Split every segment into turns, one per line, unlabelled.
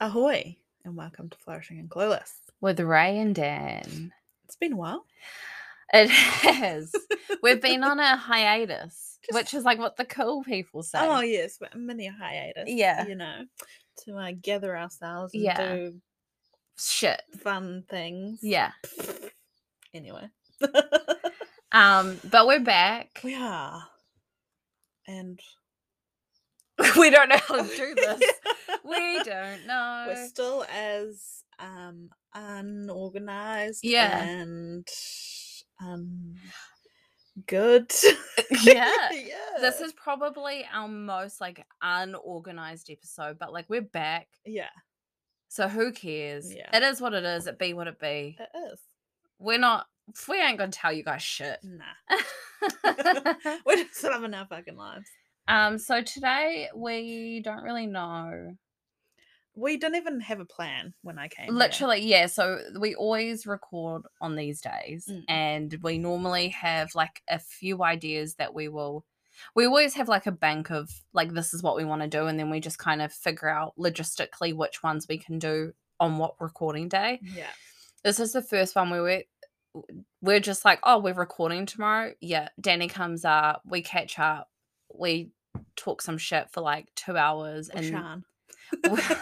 Ahoy, and welcome to Flourishing and Clueless.
with Ray and Dan.
It's been a while.
It has. We've been on a hiatus, which
Just-
is like what the cool people say.
Oh yes, but a mini hiatus.
Yeah.
you know, to uh, gather ourselves and
Yeah.
do
Shit.
fun things.
Yeah.
Anyway,
Um, but we're back.
we are, and
we don't know how to do this. we don't know.
We're still as um unorganized.
Yeah.
and um good.
yeah.
yeah.
This is probably our most like unorganized episode, but like we're back.
yeah.
So who cares?
Yeah. Uh
It is what it is. It be what it be.
It is.
We're not we ain't gonna tell you guys shit.
Nah, we're just loving our fucking lives.
Um, so today we don't really know.
We didn't even have a plan when I came. here.
Literally, yeah. So we always record on these days,
Mm.
and we normally have like a few ideas that we will. We always have like a bank of like this is what we want to do, and then we just kind of figure out logistically which ones we can do on what recording day.
Yeah.
This is the first one where we're we're just like, oh, we're recording tomorrow. Yeah, Danny comes up, we catch up, we talk some shit for like two hours,
Or
and
Shan.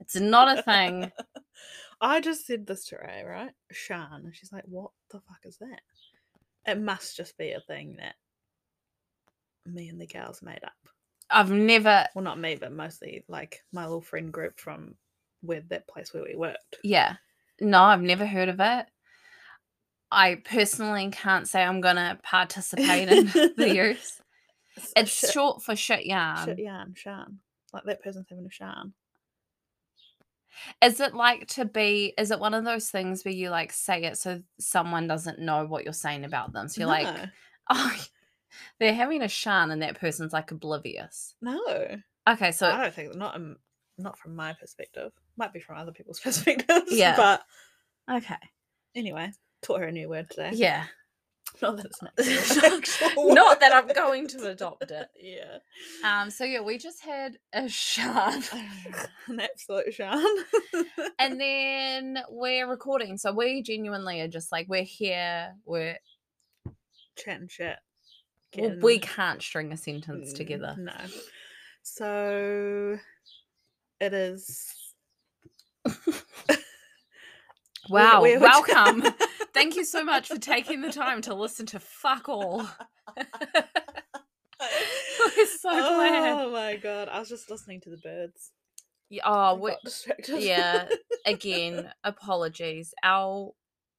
it's not a thing.
I just said this to Ray, right? Shan. And she's like, what the fuck is that? It must just be a thing that me and the gals made up.
I've never,
Well, not me, but mostly like my little friend group from where that place where we worked.
yeah, no, I've never heard of it. I personally can't say I'm gonna participate in the use.
S- uh,
It's
shit,
short for shit yarn.
shit yarn, Shan. Like that person's having a Shan.
Is it like to be? Is it one of those things where you like say it so someone doesn't know what you're saying about them? So you're like,
No,
oh, they're having a shan, and that person's like oblivious.
no.
Okay, so
I don't think not um, not from my perspective. Might be from other people's perspectives.
Yeah.
But
okay,
anyway, taught her a new word today.
yeah,
Not that it's not.
not that I'm going to adopt it.
Yeah.
Um, so yeah, we just had a shan.
An absolute sham.
and then we're recording. So we genuinely are just like we're here. We're
Chat and shit.
well,
Getting-
we can't string a sentence
Mm,
together.
No. So it is. we-
Wow!
we were-
welcome. Thank you so much for taking the time to listen to fuck all. We're so glad.
Oh my god! I was just listening to the birds.
Y-
I
Oh, we,
got distracted.
yeah. Again, apologies. Our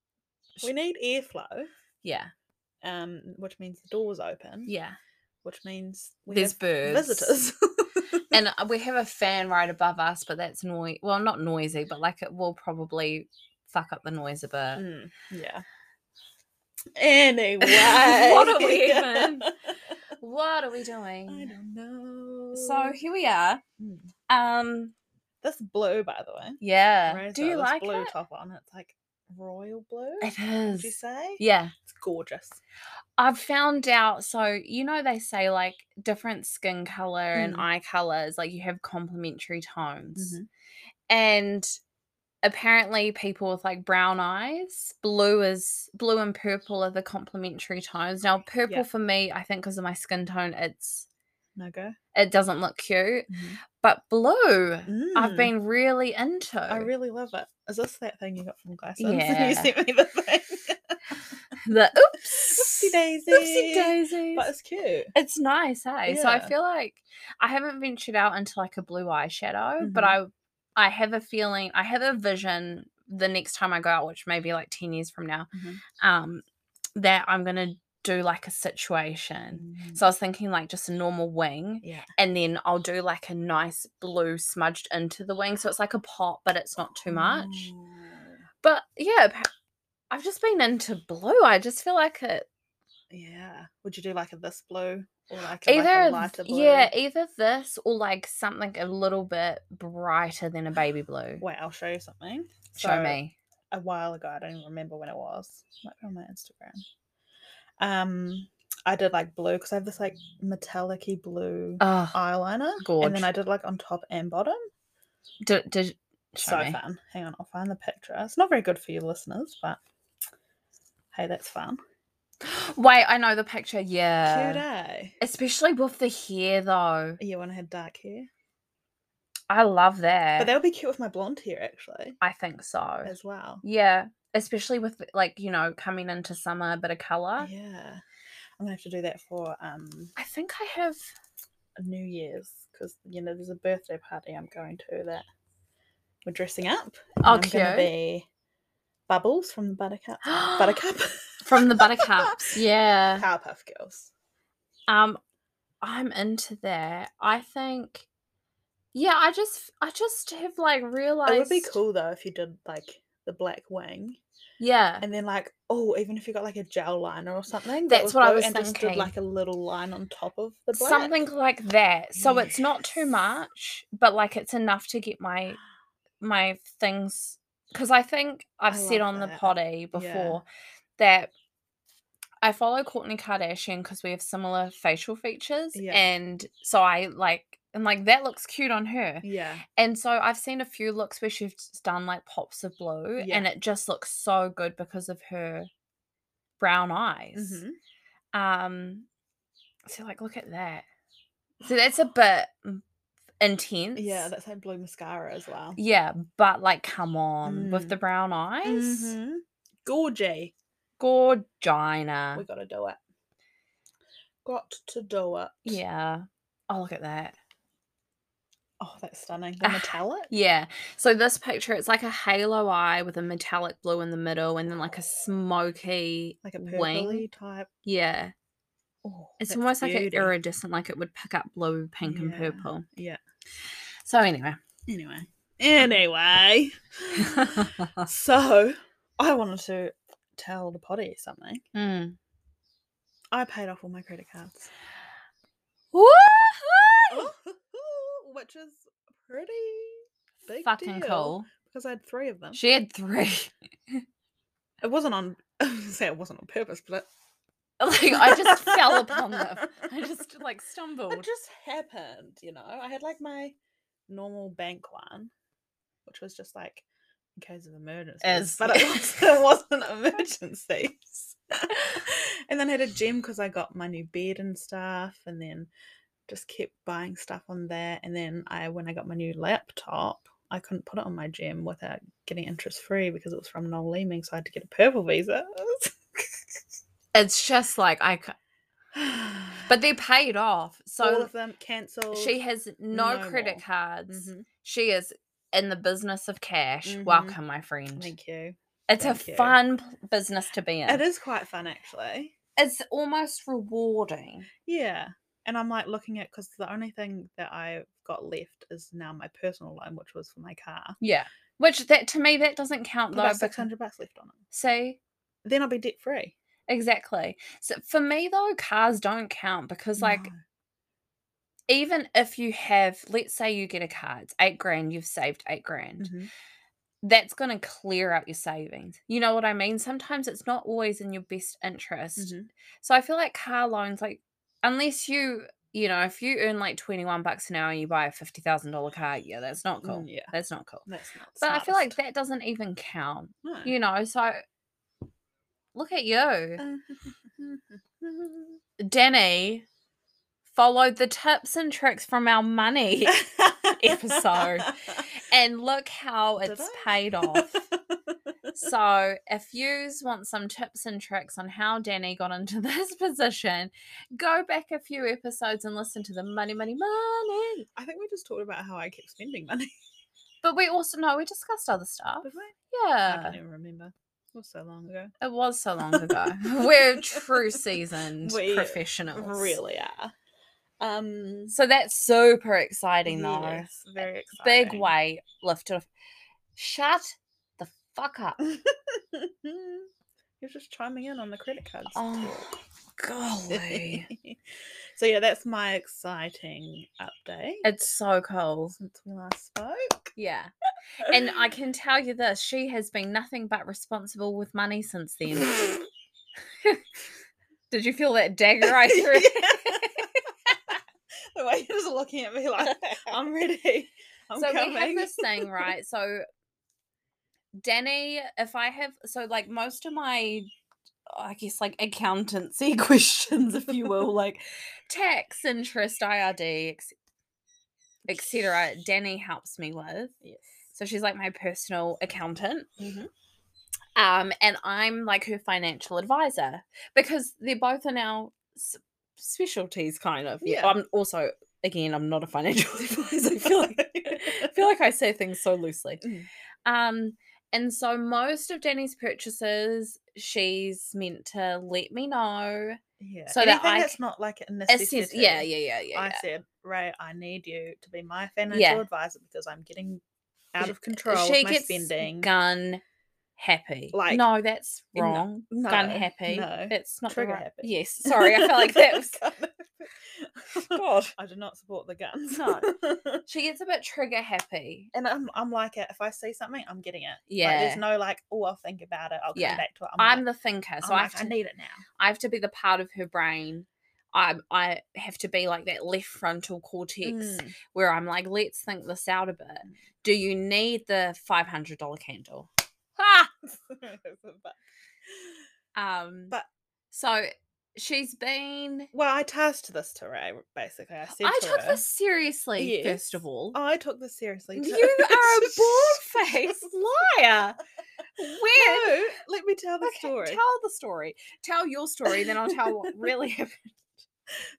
we need airflow,
yeah,
um, which means the door's open.
yeah.
Which means we
There's
have
birds,
visitors.
and uh, we have a fan right above us, but that's noise. Well, not noisy, but like it will probably fuck up the noise a bit.
Mm, yeah. Anyway,
What are we even- What are we
I
doing?
don't know.
So here we are.
Mm.
Um,
this blue, by the way.
yeah.
Ray's
Do
got
you
this
like
blue
it?
top on? It's like royal blue.
It
Would you
is.
say?
Yeah.
It's gorgeous.
I've found out. So you know they say like different skin color and
Mm.
eye colors, like you have complementary tones,
Mm-hmm.
and apparently people with like brown eyes, blue is blue and purple are the complementary tones. Now purple for me, I think because of my skin tone, it's
No go.
it doesn't look cute, but blue. I've
Mm-hmm. Mm,
been really into.
I really love it. Is this that thing you got from Glassons? you
Yeah.
sent me the thing.
the
Oopsie
oops
daisy.
oopsie daisies.
But it's cute.
It's nice, eh? So I
Yeah.
feel like I haven't ventured out into like a blue eyeshadow, but
Mm-hmm.
I I have a feeling I have a vision the next time I go out, which may be like ten years from now,
Mhm.
um, that I'm gonna do like a situation.
Mm.
So I was thinking like just a normal wing,
Mm-hmm. yeah.
and then I'll do like a nice blue smudged into the wing, so it's like a pot, but it's not too much.
Oh,
But yeah, appa- I've just been into blue. I just feel like it
Yeah. Would you do like a this blue or like a,
either
like a lighter
th-
blue?
yeah e either this or like something a little bit brighter than a baby blue
Wait, I'll show you something.
show
So,
me
a while ago. I don't even remember when it was. Might be on my Instagram. Um, I did like blue because I have this like metallic blue
oh
eyeliner,
gorge
and then I did like on top and bottom.
D- d-
so
show me.
fun. Hang on, I'll find the picture. It's not very good for you listeners, but hey, that's fun.
Wait, I know the picture. Yeah.
Cute, eh?
Especially with the hair though.
Yeah, when I had dark hair.
I love that.
But that would be cute with my blonde hair, actually,
I think so.
as well.
Yeah. Especially with like, you know, coming into summer, a bit of colour.
Yeah. I'm going to have to do that for um
I think I have
New Year's because, you know, there's a birthday party I'm going to that we're dressing up. and
Oh,
I'm gonna
cute.
be Bubbles from the Buttercup. Buttercup?
from the buttercups. yeah.
Powerpuff Girls.
Um I'm into that. I think yeah, I just I just have like realized
It would be cool though if you did like the black wing
Yeah.
and then like oh even if you got like a gel liner or something that
That's what I
blue
was
and just did
thinking.
like a little line on top of the black
Something like that. So it's not too
Yes.
much, but like it's enough to get my my things because I think I've
I
said
love
on the
that.
potty
Yeah.
before that I follow Courtney Kardashian because we have similar facial features,
Yeah.
and so I like and like that looks cute on her.
yeah
And so I've seen a few looks where she's done like pops of blue,
Yeah.
and it just looks so good because of her brown eyes.
Mhm.
Um, so like, look at that. So that's a bit mm, intense.
yeah that's like blue mascara as well
Yeah, but like, come on,
Mm.
with the brown eyes, Mm-hmm.
Mhm. Gorgy.
gorgina.
We gotta do it. Got to do it.
Yeah. Oh, look at that.
Oh, that's stunning. The
Ah,
metallic.
Yeah. So this picture, it's like a halo eye with a metallic blue in the middle, and then like a smoky
Like a
wing.
purpley type.
Yeah.
Oh,
It's
that's
almost like
beauty.
an iridescent, like it would pick up blue, pink, and
Yeah,
purple.
yeah.
So anyway.
Anyway. Anyway. Hmm. so I wanted to tell the potty something.
Mm.
I paid off all my credit cards.
Woohoo!
Which is pretty big
Fucking
deal,
cool.
Because I had three of them.
She had three.
It wasn't on say it wasn't on purpose, but it
like I just fell upon them. I just like stumbled.
It just happened, you know. I had like my normal bank one, which was just like in case of emergencies,
As-
but it, was, it wasn't emergencies. and then I had a gym because I got my new bed and stuff, and then just kept buying stuff on there. And then I, when I got my new laptop, I couldn't put it on my gym without getting interest free because it was from Noel Leeming, so I had to get a purple visa.
It's just like I. c- But they paid off.
all
So
of them cancelled.
she has no,
no
credit
more.
cards.
Mhm.
She is in the business of cash.
Mhm.
Welcome, my friend.
Thank you.
it's a
thank you.
fun p- business to be in.
It is quite fun, actually.
It's almost rewarding.
Yeah. And I'm like looking at because the only thing that I've got left is now my personal loan, which was for my car.
Yeah. Which that to me that doesn't count
I've
though.
got
because-
six hundred bucks left on it.
See,
Then I'll be debt free.
exactly. So for me though, cars don't count because like even if you have, let's say you get a car, it's eight grand, you've saved eight grand.
Mm-hmm.
That's gonna clear out your savings. You know what I mean? Sometimes it's not always in your best interest.
Mm-hmm.
So I feel like car loans, like unless you, you know, if you earn like twenty one bucks an hour and you buy a fifty thousand dollar car, yeah, that's not
Mm,
cool.
yeah.
that's not cool.
that's not.
But I feel like that doesn't even count.
smartest.
you know so look at you
No.
denny followed the tips and tricks from our money episode. and look how
Did
it's
I?
paid off so if you want some tips and tricks on how denny got into this position go back a few episodes and listen to the money money money
I think we just talked about how I kept spending money.
but we also know we discussed other stuff
Did we? I
yeah
can't even remember. It was so long ago.
it was so long ago we're true seasoned
We
professionals
Really are. Um.
So that's super exciting, though.
yes, very
Big
exciting.
weight lifted. off- Shut the fuck up.
You're just chiming in on the credit cards.
Oh, golly.
so yeah, that's my exciting update
it's so cool.
since we last spoke.
Yeah. And I can tell you this she has been nothing but responsible with money since then. Did you feel that dagger I threw?
Yeah. the way you're just looking at me like I'm ready.
so we have
Homecoming.
this thing, right? So Danny, if I have so like most of my I guess like accountancy questions, if you will, like tax, interest, IRD, etc. Danny helps me with.
Yes.
So she's like my personal accountant.
Mhm.
Um, and I'm like her financial advisor because they're both in our s- specialties, kind of.
Yeah.
I'm also, again, I'm not a financial advisor. I feel like, I feel like I say things so loosely.
Mm.
Um, and so most of Danny's purchases, she's meant to let me know.
Yeah.
So that
Anything
I
that's
c-
not like a
It's
necessity.
just- yeah, yeah, yeah, yeah.
I
yeah.
said, Ray, I need you to be my financial advisor because I'm getting out
Sh-
of control
she
with my
gets
spending.
gun happy.
Like,
no, that's
no,
wrong.
no,
gun happy.
No.
That's not the
Trigger
right-
happy.
Yes, sorry, I felt like that was
was.
God.
I do not support the guns.
No. She gets a bit trigger happy.
and I'm, I'm like it. If I see something, I'm getting it. Like,
Yeah.
there's no like, oh, I'll think about it. I'll
Yeah.
come back to it. I'm,
I'm
like,
the thinker, so
I'm
I
like,
have to.
I need it now.
I have to be the part of her brain. I I have to be like that left frontal cortex
Mm.
where I'm like, let's think this out a bit. Do you need the five hundred dollar candle? Ah!
But-
Um,
But-
so she's been.
well, I tasked this to Ray. Basically, I said
I
to
took
her,
this seriously. First
Yes. Oh,
of all,
I took this seriously. too.
you are a bald faced liar. Weird.
no, let me tell the
Okay,
story.
Tell the story. Tell your story, then I'll tell what really happened.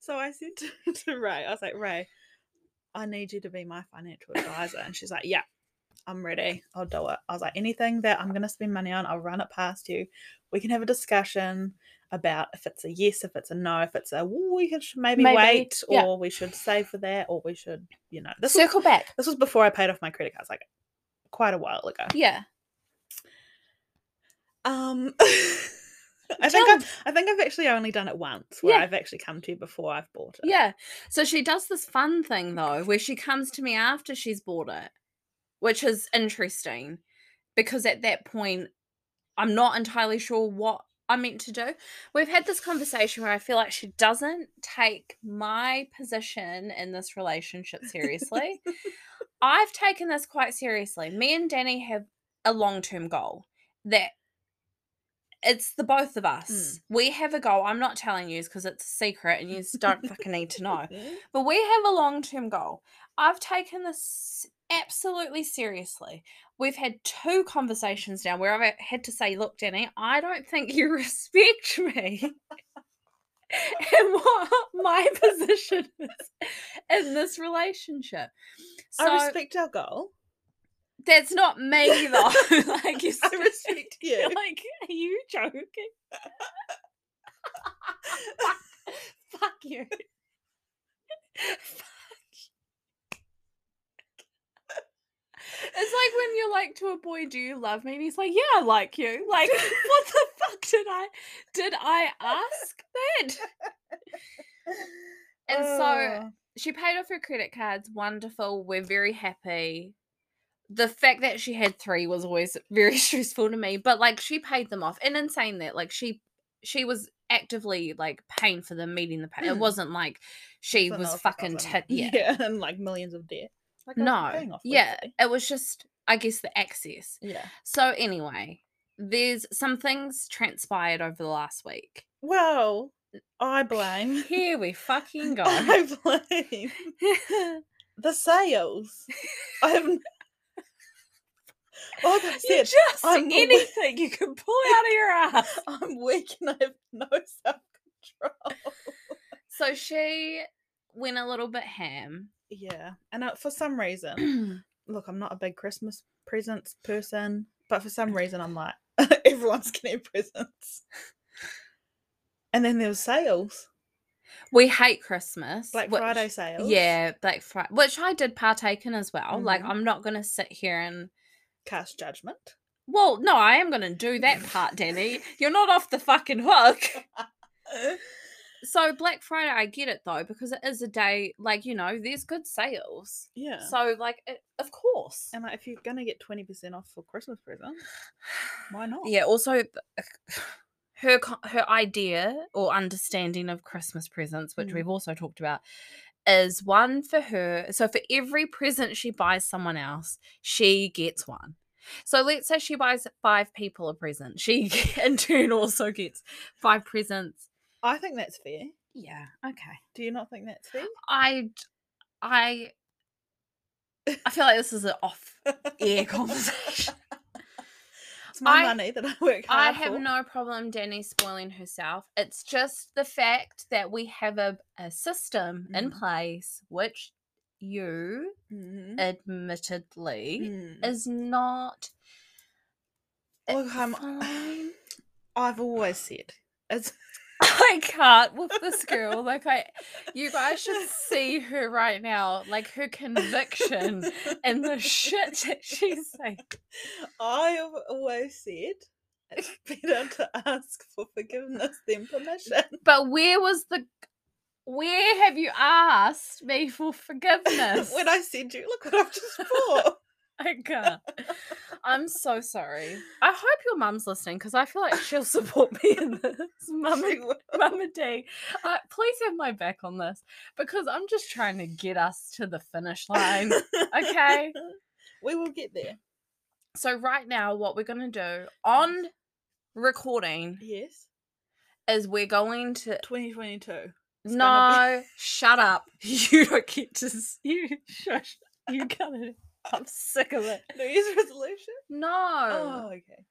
So I said to, to Ray, I was like, Ray, I need you to be my financial advisor. And she's like, Yeah, I'm ready. I'll do it. I was like, Anything that I'm going to spend money on, I'll run it past you. We can have a discussion about if it's a yes, if it's a no, if it's a "Ooh, we could sh- maybe,
Maybe,
wait,
yeah.
or we should save for that, or we should, you know, this was,
Circle back.
this was before I paid off my credit cards, like quite a while ago.
Yeah.
Um, I think
Tell-
I've, I think I've actually only done it once, where
Yeah.
I've actually come to you before I've bought it.
Yeah. So she does this fun thing though, where she comes to me after she's bought it, which is interesting because at that point, I'm not entirely sure what I meant to do. We've had this conversation where I feel like she doesn't take my position in this relationship seriously. I've taken this quite seriously. Me and Danny have a long term goal that it's the both of us. We have a goal. I'm not telling you because it's a secret and you don't fucking need to know. But we have a long term goal. I've taken this absolutely seriously. We've had two conversations now where I've had to say, look, Danny, I don't think you respect me. and what my position is in this relationship. So
I respect our goal.
that's not me though. like you
I respect you.
like, are you joking? Fuck you. Fuck you. It's like when you're like to a boy, "Do you love me?" And he's like, "Yeah, I like you." Like, what the fuck did I did I ask that? And so
Oh,
she paid off her credit cards. Wonderful. We're very happy. The fact that she had three was always very stressful to me, but like she paid them off. And in saying that, like she she was actively like paying for them, meeting the pay. It
Mm.
wasn't like she
for
was
another
fucking
thousand.
tit. Yeah.
and like millions of debt. Like I was paying
No.
off
Yeah.
weekly.
It was just, I guess, the access.
yeah.
So anyway, there's some things transpired over the last week.
Well, I blame.
Here we fucking go.
I blame the sales. I have. n- Like I
You
said,
just
I'm awa-
anything you can pull out of your ass.
I'm weak and I have no self control.
So she went a little bit ham.
Yeah, and uh, for some reason,
yeah,
look, I'm not a big Christmas presents person, but for some reason, I'm like everyone's getting presents. And then there was sales,
we hate Christmas.
Black
which-
Friday sales.
Yeah, Black Friday, which I did partake in as well. Like,
Mhm.
I'm not going to sit here and.
cast judgment.
Well, no, I am going to do that part, Danny. You're not off the fucking hook. Uh, So, Black Friday, I get it though, because it is a day, like, you know, there's good sales.
Yeah.
So, like, it, of course.
and like, if you're
Oh.
gonna get twenty percent off for Christmas presents, why not?
Yeah, also, th- her co- her idea or understanding of Christmas presents, which
Mm.
we've also talked about, is one for her. So for every present she buys someone else, she gets one. So let's say she buys five people a present. She in turn also gets five presents.
I think that's fair.
Yeah. Okay.
Do you not think that's fair?
I d- I I feel like this is an off air conversation.
It's my
I-
money that I work hard
I have
for.
no problem Danny spoiling herself. It's just the fact that we have a, a system in
Mhm.
place which you
Mhm.
admittedly
Mm.
is not it-
Look, I'm-
fine.
I've always said it's
I can't with this girl. Like I you guys should see her right now. Like her conviction and the shit that she's saying.
I have always said it's better to ask for forgiveness than permission.
But where was the where have you asked me for forgiveness?
when I said you, look what I've just bought.
I can't. I'm so sorry. I hope your mum's listening because I feel like she'll support me in this. Mum and, mum and D, uh, please have my back on this because I'm just trying to get us to the finish line. Okay.
we will get there.
so, right now, what we're going to do on recording
Yes.
is we're going to.
2022. It's gonna
No, shut up. You don't get to. s- You shush. You got it. I'm sick of it.
New Year's resolution?
No.
Oh, okay.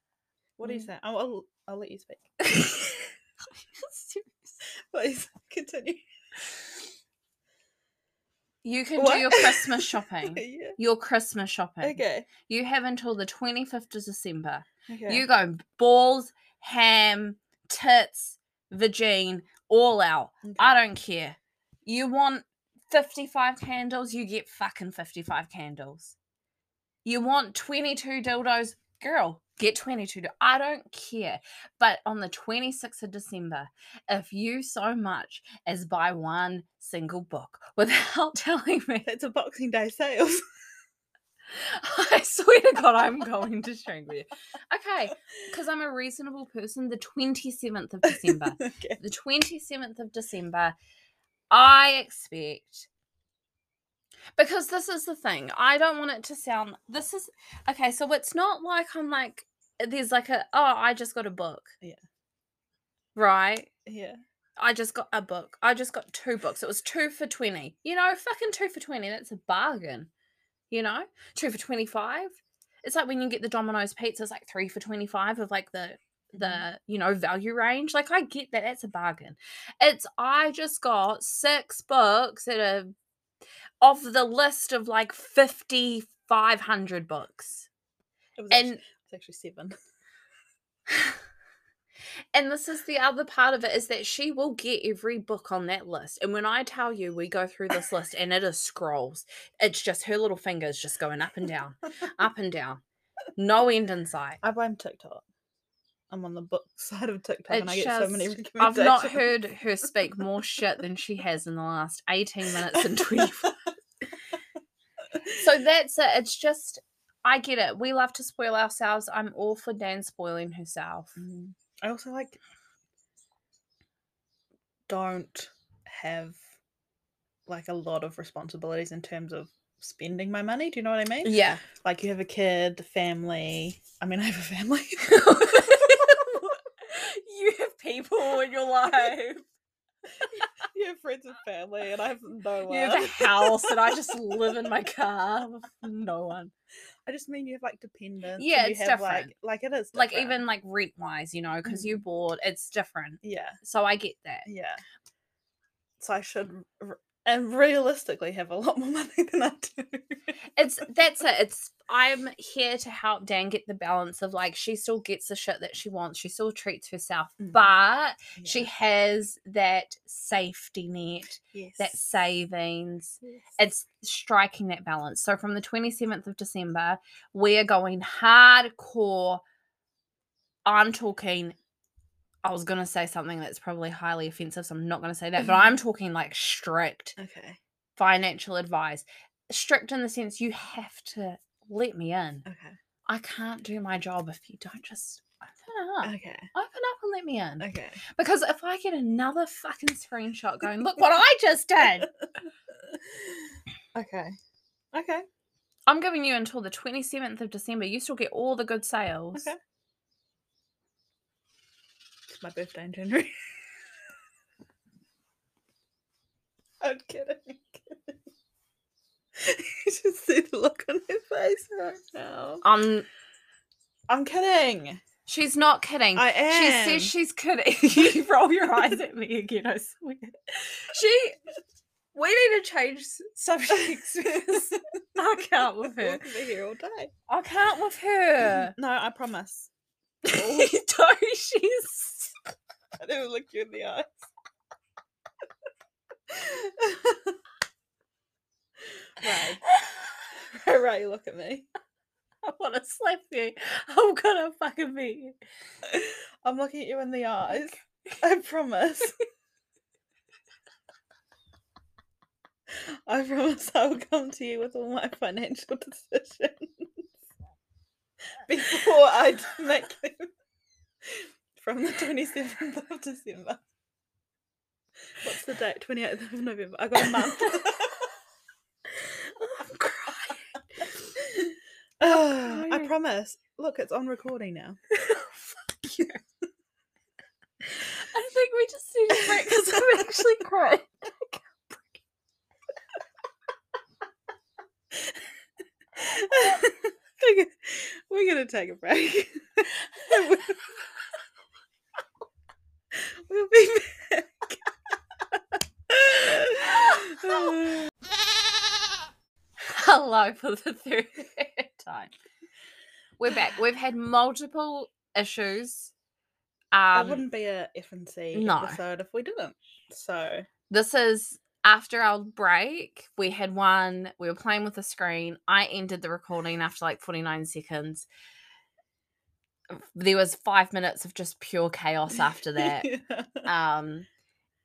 What do you
Mm.
say? I'll, I'll, I'll let you speak. Please continue.
You can
What?
do your Christmas shopping.
yeah.
Your Christmas shopping.
Okay.
You have until the 25th of December.
Okay.
You go balls, ham, tits, vagine, all out.
okay.
I don't care. You want 55 candles, you get fucking 55 candles. You want 22 dildos, girl, get 22. dil- I don't care. But on the 26th of December, if you so much as buy one single book without telling me,
That's a Boxing Day sales.
I swear to God, I'm going to strangle you. Okay, because I'm a reasonable person, the 27th of December
okay.
the 27th of December, I expect because this is the thing. I don't want it to sound this is okay, so it's not like I'm like there's like a oh, I just got a book.
Yeah.
Right?
Yeah.
I just got a book. I just got two books. It was two for 20. You know, fucking two for 20. That's a bargain. You know, two for 25. It's like when you get the Domino's pizza, it's like three for 25 of like the, the, you know, value range. Like I get that. That's a bargain. It's, I just got six books at a, off the list of like 50, 500 books.
It was
And
It's actually seven.
and this is the other part of it is that she will get every book on that list. And when I tell you we go through this list and it is scrolls, it's just her little fingers just going up and down, up and down. No end in sight.
I blame TikTok. I'm on the book side of TikTok and I
It's
get so many
just-
recommendations.
I've not heard her speak more shit than she has in the last 18 minutes and 20. So that's it. It's just I get it. We love to spoil ourselves. I'm all for Dan spoiling herself.
Mm. I also like don't have like a lot of responsibilities in terms of spending my money. Do you know what I mean?
Yeah.
Like you have a kid, a family. I mean, I have a family.
you have people in your life.
you have friends and family, and I have no one.
You have a house, and I just live in my car with no one.
I just mean you have like dependents. and
Yeah,
you
it's
have, Like,
different.
like it is
Like
different.
even like rent wise, you know, because you bought, it's different.
yeah,
So I get that.
yeah. So I should, r- and realistically, have a lot more money than I do.
It's that's it. It's I'm here to help Dan get the balance of like she still gets the shit that she wants. She still treats herself,
Mhm.
but she
Yeah.
has that safety net,
yes.
that savings,
Yes.
it's striking that balance. So from the 27th of December, we are going hardcore. I'm talking I was going to say something that's probably highly offensive, so I'm not going to say that, but I'm talking like strict
Okay.
financial advice. Strict in the sense you have to let me in.
Okay.
I can't do my job if you don't just Open up.
Okay.
Open up and let me in.
Okay.
Because if I get another fucking screenshot going, look what I just did.
okay. Okay.
I'm giving you until the 27th of December. You still get all the good sales.
Okay. It's my birthday in January. I'm kidding. I'm kidding. you should see the look on her face right now.
Um,
I'm kidding.
she's not kidding.
I am.
She says she's kidding. you roll your eyes at me again, I swear. She, we need to change s- subjects. because I can't with
We're
her.
gonna be here all day.
I can't with her.
No, I promise.
do she's.
I never look you in the eyes. right, right, you look at me.
I want to slap you. I'm gonna fucking beat you.
I'm looking at you in the eyes. I promise. I promise I will come to you with all my financial decisions before I d- make them from the 27th of December. What's the date? 28th of November. I got a month.
I'm crying.
Ah, I
crying.
promise. Look, it's on recording now.
Fuck you. I think we just need a break because I'm actually crying.
Okay, We're gonna take a break. we'll we'll be back.
Hello for the third time. We're back. We've had multiple issues.
I
Um,
wouldn't be a FNC
no.
episode if we didn't. So
this is after our break. We had one. We were playing with the screen. I ended the recording after like 49 seconds. There was five minutes of just pure chaos after that. um,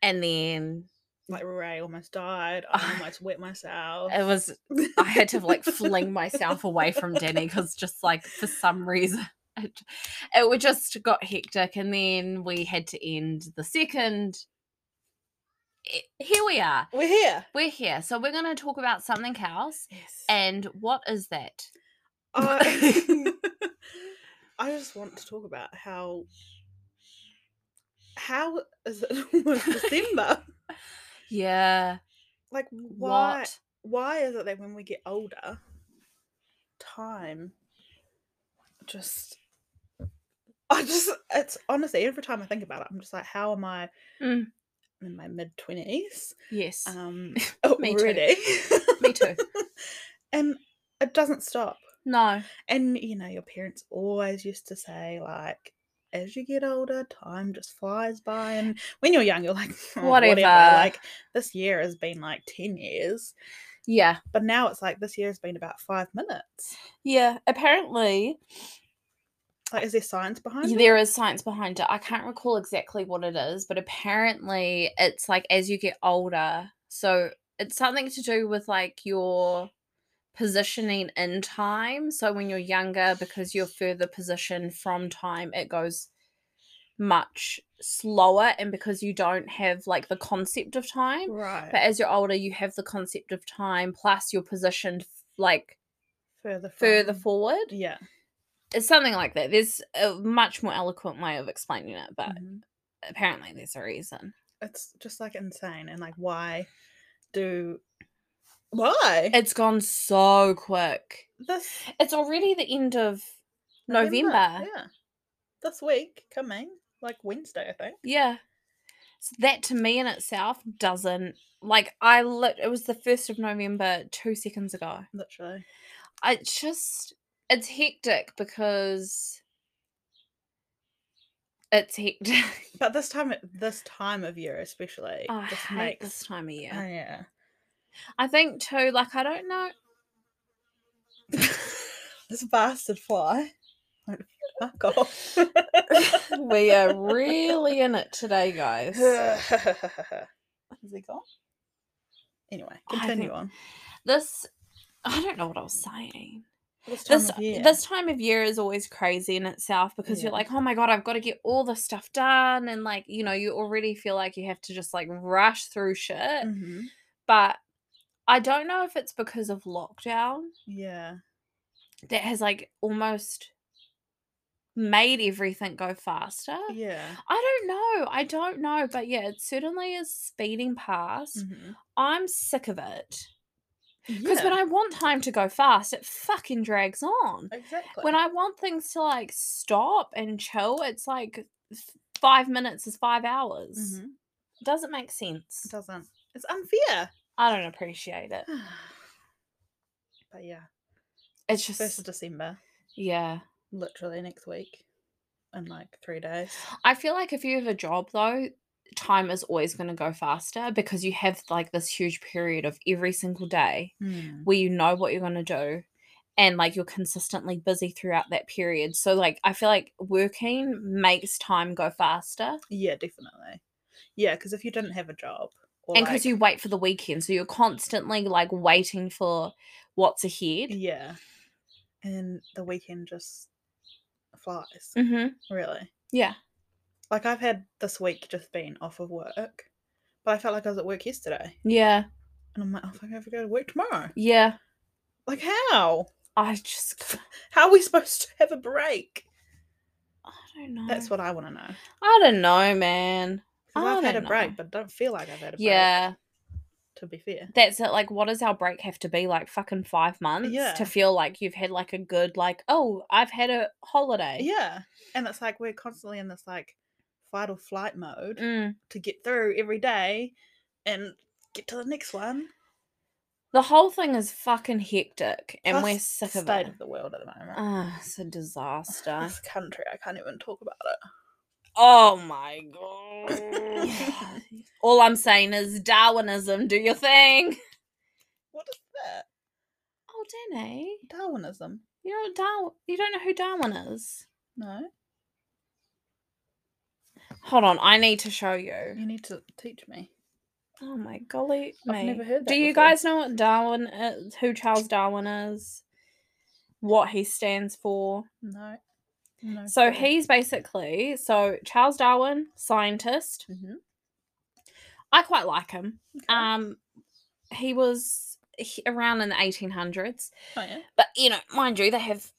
and then
like Ray almost died. I almost wet myself.
it was Ah. I had to like fling myself away from Danny because just like for some reason it, j- it would just got hectic, and then we had to end the second. Eh, Here we are.
We're here.
We're here, so we're going to talk about something else.
Yes.
And what is that?
I, Uh, I just want to talk about how how is it almost December?
Yeah.
Like why
What?
why is it that when we get older, time just I just it's honestly every time I think about it, I'm just like, how am I
Mm.
I'm in my mid twenties?
Yes.
Um
Me too.
already.
Me too.
and it doesn't stop.
No.
And you know, your parents always used to say like as you get older, time just flies by, and when you're young, you're like, "Oh, whatever.
Whatever.
Like this year has been like ten years,
Yeah.
but now it's like this year has been about five minutes.
Yeah. Apparently,
Like, is there science behind
Yeah,
it?
there is science behind it. I can't recall exactly what it is, but apparently it's like as you get older. So it's something to do with like your positioning in time. So when you're younger, because you're further positioned from time, it goes much slower. And because you don't have like the concept of time,
Right,
but as you're older, you have the concept of time, plus you're positioned like
further,
further
from-
forward
Yeah,
it's something like that. There's a much more eloquent way of explaining it, but
mhm.
apparently there's a reason.
it's just like insane, and like, why do why
It's gone so quick.
this
It's already the end of November.
Yeah, this week coming like Wednesday, I think.
Yeah. So that to me in itself doesn't like I lit it was the first of November two seconds ago.
Literally,
I it's just it's hectic because it's hectic.
but this time, this time of year especially,
Oh, I
just
hate
makes
this time of year.
Oh, yeah.
I think too, like I don't know
Oh, This bastard fly. Like, Fuck off.
we are really in it today, guys.
Is he gone? Anyway,
I
continue
think-
on.
This, I don't know what I was saying.
This time
this
of year.
this time of year is always crazy in itself because you're
Yeah.
like, oh my god, I've got to get all this stuff done, and like you know, you already feel like you have to just like rush through shit.
Mhm.
But I don't know if it's because of lockdown
Yeah.
that has like almost made everything go faster.
Yeah.
I don't know. I don't know, but yeah, it certainly is speeding past.
Mm-hmm.
I'm sick of it because when I want time to go fast, it fucking drags on.
exactly
when I want things to like stop and chill, it's like f- five minutes is five hours.
Mhm.
It doesn't make sense.
it doesn't. It's unfair.
I don't appreciate it.
but yeah,
It's just
first of December,
yeah.
literally next week, in like three days.
I feel like if you have a job though, time is always going to go faster because you have like this huge period of every single day
Hmm.
where you know what you're going to do and like you're consistently busy throughout that period. So like I feel like working makes time go faster.
Yeah, definitely. Yeah, because if you didn't have a job, or
and because
like-
you wait for the weekend so you're constantly like waiting for what's ahead
yeah, and the weekend just flies.
mm-hmm.
Really,
yeah
like I've had this week just been off of work, but I felt like I was at work yesterday,
yeah
and I'm like, oh, fuck, I have to go to work tomorrow.
yeah
Like, how?
i just c-
How are we supposed to have a break?
i don't know
That's what I want to know.
i don't know man
'Cause
Mm. I
I've had a
don't know.
break, but don't feel like I've had a break.
yeah
To be fair.
that's it like what does our break have to be like fucking five months
Yeah.
to feel like you've had like a good like oh i've had a holiday
Yeah. And it's like we're constantly in this like fight or flight mode
Mm.
to get through every day and get to the next one.
the whole thing is fucking hectic and
Plus
we're sick
the
of
state
it
of the world at the moment.
ah it's a disaster
This country, I can't even talk about it.
Oh my god. All I'm saying is Darwinism, do your thing.
What is that?
Oh, Danny,
Darwinism.
you know Dar- you don't know who Darwin is.
No.
Hold on, I need to show you.
You need to teach me.
Oh my golly,
I've
me.
never heard that
Do you
before.
guys know what Darwin is, who Charles Darwin is? What he stands for?
No. No.
So he's basically so Charles Darwin, scientist.
hmm
I quite like him. Um he was he, around in the 1800s
oh, yeah.
but you know, mind you, they have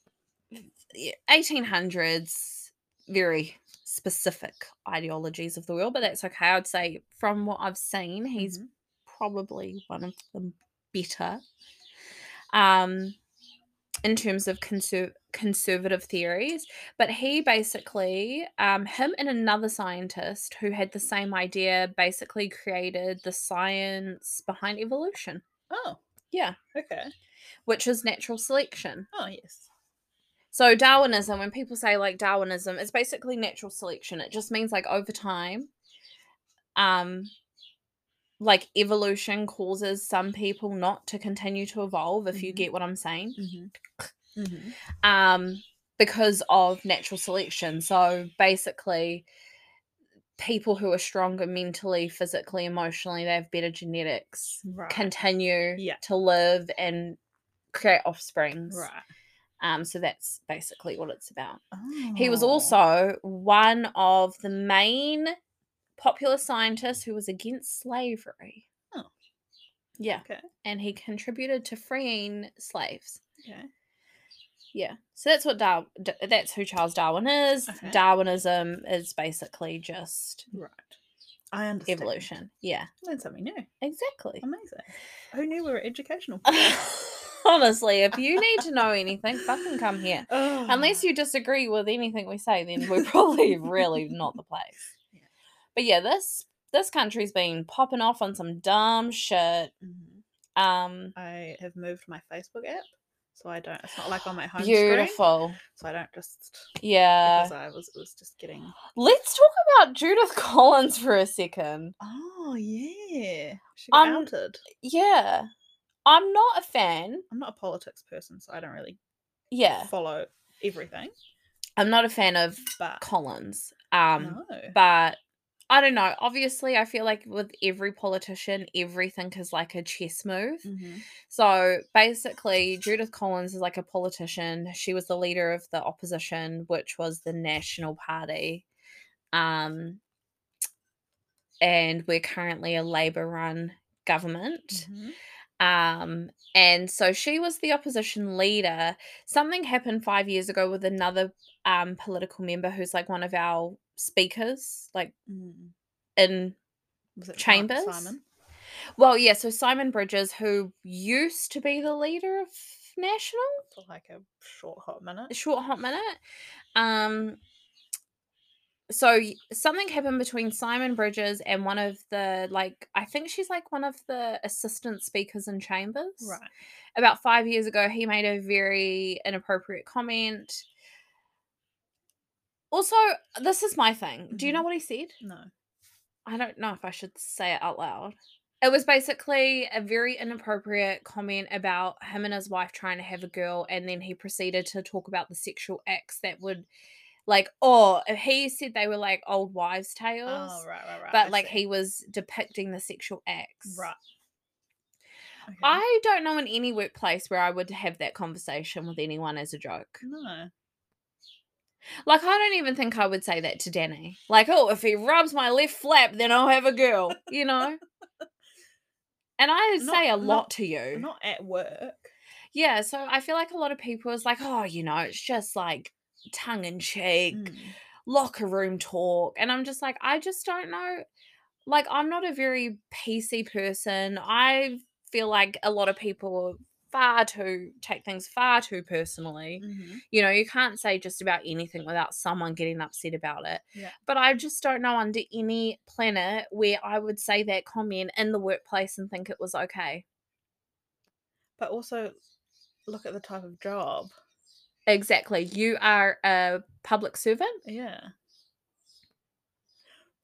eighteen hundreds very specific ideologies of the world, but that's okay. I'd say from what I've seen, he's
Mhm.
probably one of the better. Um in terms of conser- conservative theories, but he basically, um, him and another scientist who had the same idea, basically created the science behind evolution,
Oh.
Yeah.
Okay.
which is natural selection.
Oh, yes.
So Darwinism, when people say like Darwinism, it's basically natural selection. It just means like over time, um, like evolution causes some people not to continue to evolve. If you
Mhm.
get what I'm saying,
Mm-hmm. Mm-hmm.
um, because of natural selection. So basically, people who are stronger mentally, physically, emotionally, they have better genetics,
Right.
continue
Yeah.
to live and create offsprings.
right.
Um, so that's basically what it's about.
Oh.
He was also one of the main popular scientists who was against slavery.
Oh.
Yeah.
Okay.
And he contributed to freeing slaves.
Okay.
Yeah. So that's what Dar- D- that's who Charles Darwin is.
Okay.
Darwinism is basically just
Right. I understand.
evolution. Yeah.
Learn something new.
Exactly.
Amazing. Who knew we were educational?
Honestly, if you need to know anything, fucking come here.
Oh.
Unless you disagree with anything we say, then we're probably really not the place.
Yeah.
But yeah, this this country's been popping off on some dumb shit.
Mhm.
Um,
I have moved my Facebook app, so I don't. It's not like on my home screen,
beautiful, Uh,
so I don't just.
yeah.
because I was, it was just getting.
Let's talk about Judith Collins for a second.
Oh yeah, she got
got Um,
outed.
Yeah, I'm not a fan.
I'm not a politics person, so I don't really
Yeah,
follow everything.
I'm not a fan of
But
Collins. Um,
no,
but I don't know. Obviously, I feel like with every politician, everything is like a chess move.
Mm-hmm,
So basically, Judith Collins is like a politician. She was the leader of the opposition, which was the National Party. Um, and we're currently a Labour run government.
mm-hmm,
Um, and so she was the opposition leader. Something happened five years ago with another um, political member who's like one of our speakers, like
Mhm.
in
Was it Sim-
Chambers?
Simon?
well, yeah. So Simon Bridges, who used to be the leader of National,
For like a short hot
a
minute.
short hot minute. Um, so y- something happened between Simon Bridges and one of the like I think she's like one of the assistant speakers in Chambers.
Right.
about five years ago, he made a very inappropriate comment. Also, this is my thing. Do you know
Mhm.
what he said?
No.
I don't know if I should say it out loud. It was basically a very inappropriate comment about him and his wife trying to have a girl, and then he proceeded to talk about the sexual acts that would, like, oh, he said they were like old wives' tales,
Oh, right, right, right.
but
I
like
see.
he was depicting the sexual acts.
Right. Okay.
I don't know in any workplace where I would have that conversation with anyone as a joke.
No.
Like, I don't even think I would say that to Danny. Like, oh, if he rubs my left flap, then I'll have a girl, you know? and I
Not-
say a
not-
lot to you.
Not at work.
yeah, so I feel like a lot of people is like, oh, you know, it's just like tongue in cheek,
Mm.
locker room talk. And I'm just like, I just don't know. Like, I'm not a very PC person. I feel like a lot of people far too take things far too personally.
Mhm.
You know, you can't say just about anything without someone getting upset about it.
Yeah.
But I just don't know under any planet where I would say that comment in the workplace and think it was okay.
But also, look at the type of job.
Exactly. You are a public servant.
Yeah.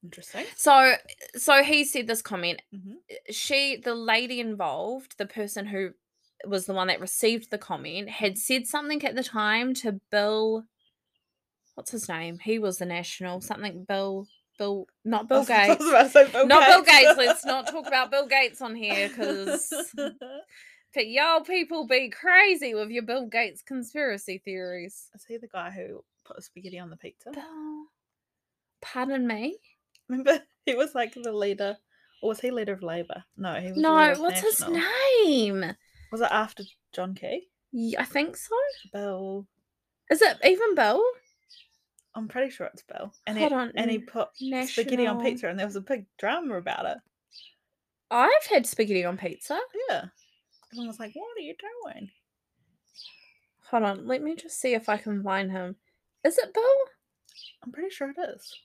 Interesting.
So so he said this comment.
Mhm.
She the lady involved, the person who was the one that received the comment, had said something at the time to Bill what's his name? He was the national something Bill Bill not Bill
I
Gates.
was about to say Bill
not Bill Gates. Let's not talk about Bill Gates on here because y'all people be crazy with your Bill Gates conspiracy theories.
Is he the guy who put spaghetti on the pizza?
Bill, pardon me.
Remember, he was like the leader, or was he leader of Labour? No, he was. the
No,
leader of
what's his
National.
name?
Was it after John Key?
Ye- I think so.
Bill.
Is it even Bill?
I'm pretty sure it's Bill. And
Hold
he,
on,
and he
n-
put spaghetti on
National-
pizza, and there was a big drama about it.
I've had spaghetti on pizza.
Yeah. Everyone was like, "What are you doing?"
Hold on, let me just see if I can find him. Is it Bill?
I'm pretty sure it is.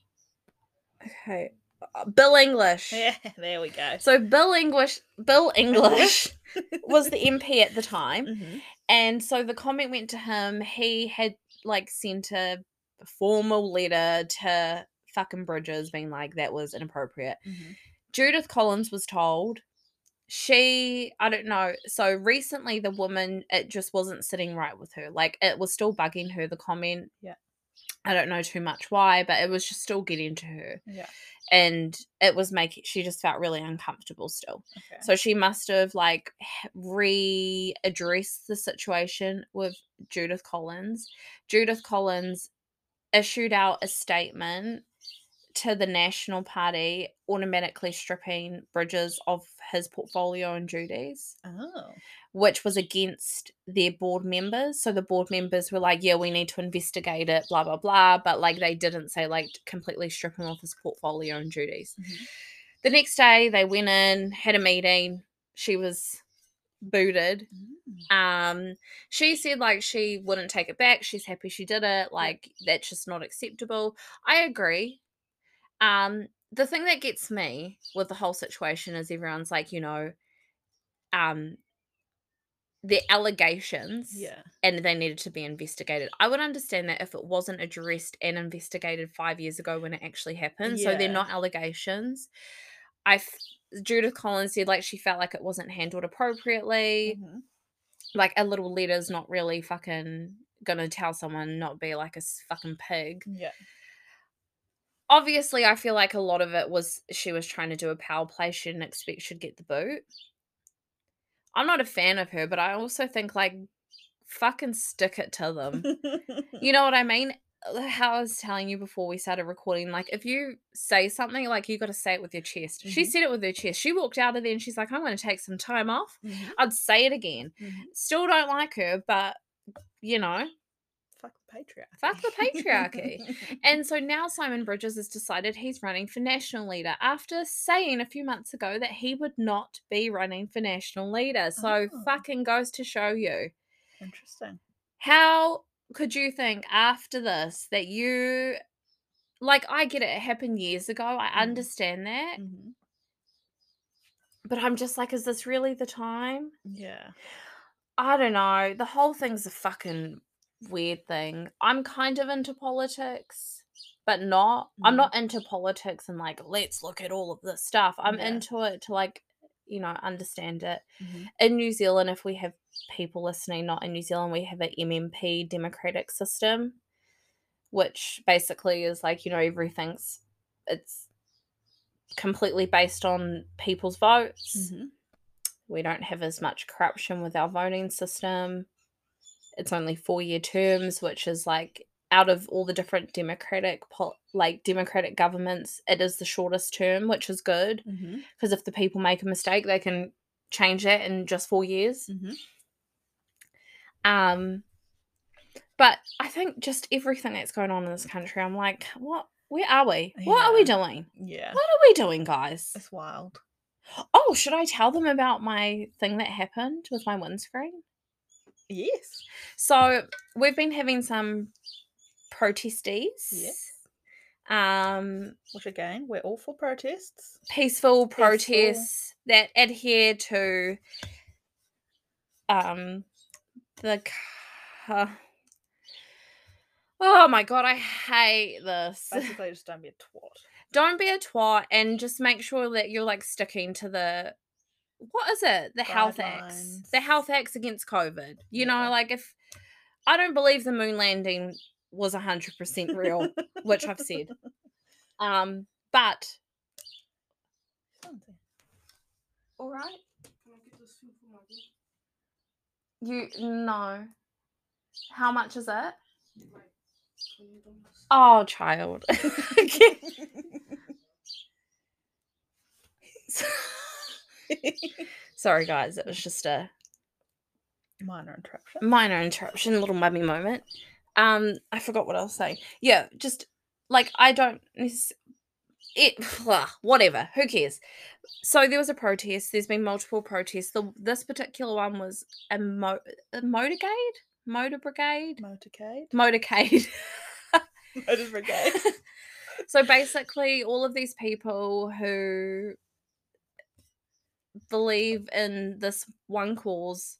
Okay, uh, Bill English.
Yeah, there we go.
So Bill English, Bill English was the MP at the time.
Mhm.
And so the comment went to him. He had like sent a formal letter to fucking Bridges, being like that was inappropriate.
Mhm.
Judith Collins was told. She, I don't know. So recently, the woman, it just wasn't sitting right with her. Like it was still bugging her. The comment.
Yeah.
I don't know too much why, but it was just still getting to her,
Yeah.
and it was making. She just felt really uncomfortable still.
Okay.
So she must have like h- readdressed the situation with Judith Collins. Judith Collins issued out a statement to the National Party, automatically stripping Bridges of his portfolio and duties,
oh.
which was against their board members. So the board members were like, "Yeah, we need to investigate it," blah blah blah. But like they didn't say like completely strip him of his portfolio and duties.
Mhm.
The next day, they went in, had a meeting. She was booted.
Mm.
Um, she said like she wouldn't take it back. She's happy she did it. Like that's just not acceptable. I agree. Um, the thing that gets me with the whole situation is everyone's like, you know, um, the allegations
Yeah.
and they needed to be investigated. I would understand that if it wasn't addressed and investigated five years ago when it actually happened. So they're
Yeah.
not allegations. I f- Judith Collins said like she felt like it wasn't handled appropriately.
Mhm.
Like a little letter's not really fucking gonna tell someone not be like a s- fucking pig.
Yeah.
obviously I feel like a lot of it was she was trying to do a power play. She didn't expect she'd get the boot. I'm not a fan of her, but I also think like fucking stick it to
um,
them. you know what I mean? How I was telling you before we started recording, like if you say something, like you got to say it with your chest. She
Mhm.
said it with her chest. She walked out of there and she's like, "I'm going to take some time off.
Mhm,
I'd say it again."
mhm.
Still don't like her, but you know,
Fuck the patriarchy.
Fuck the patriarchy. And so now Simon Bridges has decided he's running for national leader after saying a few months ago that he would not be running for national leader. So
Oh.
fucking goes to show you.
Interesting.
How could you think after this that you like I get it, it happened years ago. I
Mm.
understand that.
Mhm.
But I'm just like, is this really the time?
Yeah.
I don't know. The whole thing's a fucking weird thing. I'm kind of into politics, but not. I'm
Mhm.
not into politics and like, let's look at all of this stuff. I'm
Yeah.
into it to like, you know, understand it.
Mhm.
In New Zealand, if we have people listening, not in New Zealand, we have a MMP democratic system, which basically is like, you know, everything's it's completely based on people's votes
Mhm.
we don't have as much corruption with our voting system. It's only four year terms, which is like out of all the different democratic pol- like democratic governments, it is the shortest term, which is good
Mhm.
because if the people make a mistake, they can change that in just four years.
Mhm.
Um, but I think just everything that's going on in this country, I'm like, what? Where are we? What are we doing?
Yeah.
What are we doing, guys?
It's wild.
Oh, should I tell them about my thing that happened with my windscreen?
Yes.
So we've been having some protestees.
Yes.
Um,
Which again, we're all for protests. Peaceful.
peaceful protests that adhere to um the ca- Oh my god, I hate this.
Basically, just don't be a twat.
Don't be a twat and just make sure that you're like sticking to the what is it? The health acts. The
Guidelines.
health acts against COVID. You
Yeah.
know, like if I don't believe the moon landing was 100% real. which I've said. Um, but all right. You no. How much is it? Oh, child. Okay. Sorry, guys. It was just a
Minor interruption.
minor interruption, little mummy moment. Um, I forgot what I was saying. Yeah, just like I don't necess- it blah, whatever. Who cares? So there was a protest. There's been multiple protests. The, this particular one was a, mo- a motorcade, motor brigade,
Motorcade.
motorcade.
Motor brigade.
so basically, all of these people who believe in this one cause,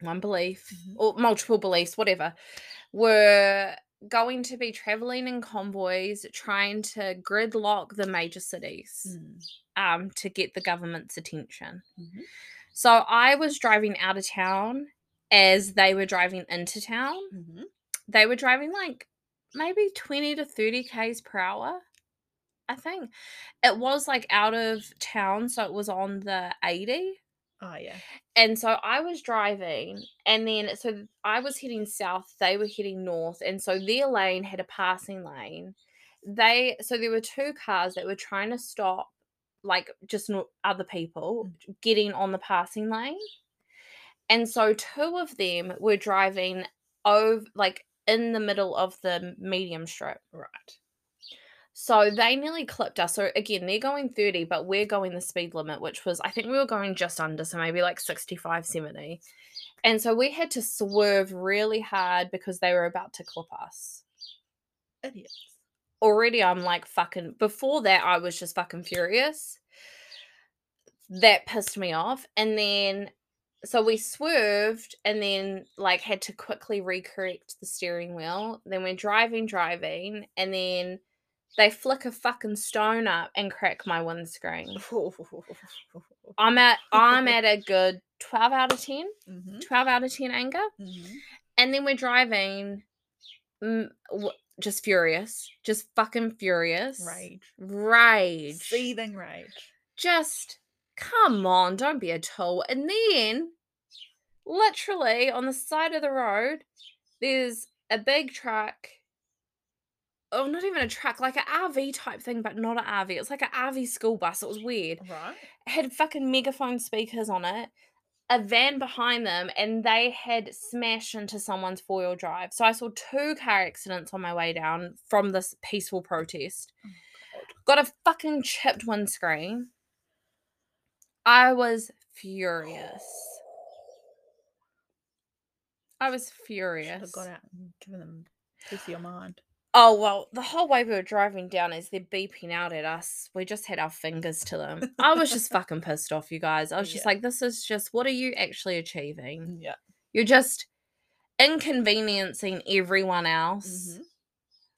one belief,
Mhm.
or multiple beliefs, whatever, were going to be traveling in convoys trying to gridlock the major cities
Mm.
um, to get the government's attention.
Mhm.
So I was driving out of town as they were driving into town
Mhm.
they were driving like maybe 20 to 30 k's per hour i think it was like out of town so it was on the 80
Oh yeah.
and so i was driving and then so i was heading south they were heading north and so their lane had a passing lane they so there were two cars that were trying to stop like just no- other people getting on the passing lane and so two of them were driving over like in the middle of the medium strip
Right.
so they nearly clipped us. So again, they're going 30, but we're going the speed limit, which was, I think we were going just under, so maybe like 65, 70. And so we had to swerve really hard because they were about to clip us.
Idiots.
Already, I'm like fucking, before that, I was just fucking furious. That pissed me off. And then, so we swerved and then like had to quickly recorrect the steering wheel. Then we're driving, driving, and then they flick a fucking stone up and crack my windscreen.
Mm-hmm.
I'm at I'm at a good 12 out of 10,
Mhm.
12 out of 10 anger.
Mhm.
And then we're driving mm, w- just furious, just fucking furious,
Rage.
rage,
Seething rage.
just come on, don't be a tool. And then, literally on the side of the road, there's a big truck. Oh, not even a truck, like an RV type thing, but not an RV. It's like an RV school bus. It was weird.
Right.
It had fucking megaphone speakers on it, a van behind them, and they had smashed into someone's four wheel drive. So I saw two car accidents on my way down from this peaceful protest. Got a fucking chipped windscreen. I was furious. I was
Should
furious.
have got out and given them a piece of your mind.
Oh well, the whole way we were driving down is they're beeping out at us. We just had our fingers to them. I was just fucking pissed off, you guys. I was just
Yeah.
like, this is just what are you actually achieving?
Yeah.
You're just inconveniencing everyone else
Mm-hmm.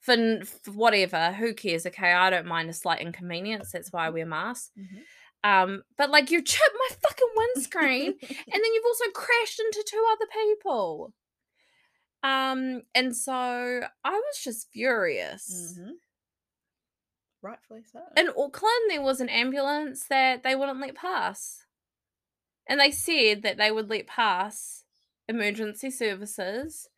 for, n- for whatever. Who cares? Okay, I don't mind a slight inconvenience. That's why I wear masks.
Mm-hmm.
Um, but like you chipped my fucking windscreen and then you've also crashed into two other people. Um, and so I was just furious.
hmm Rightfully so.
In Auckland, there was an ambulance that they wouldn't let pass, and they said that they would let pass emergency services.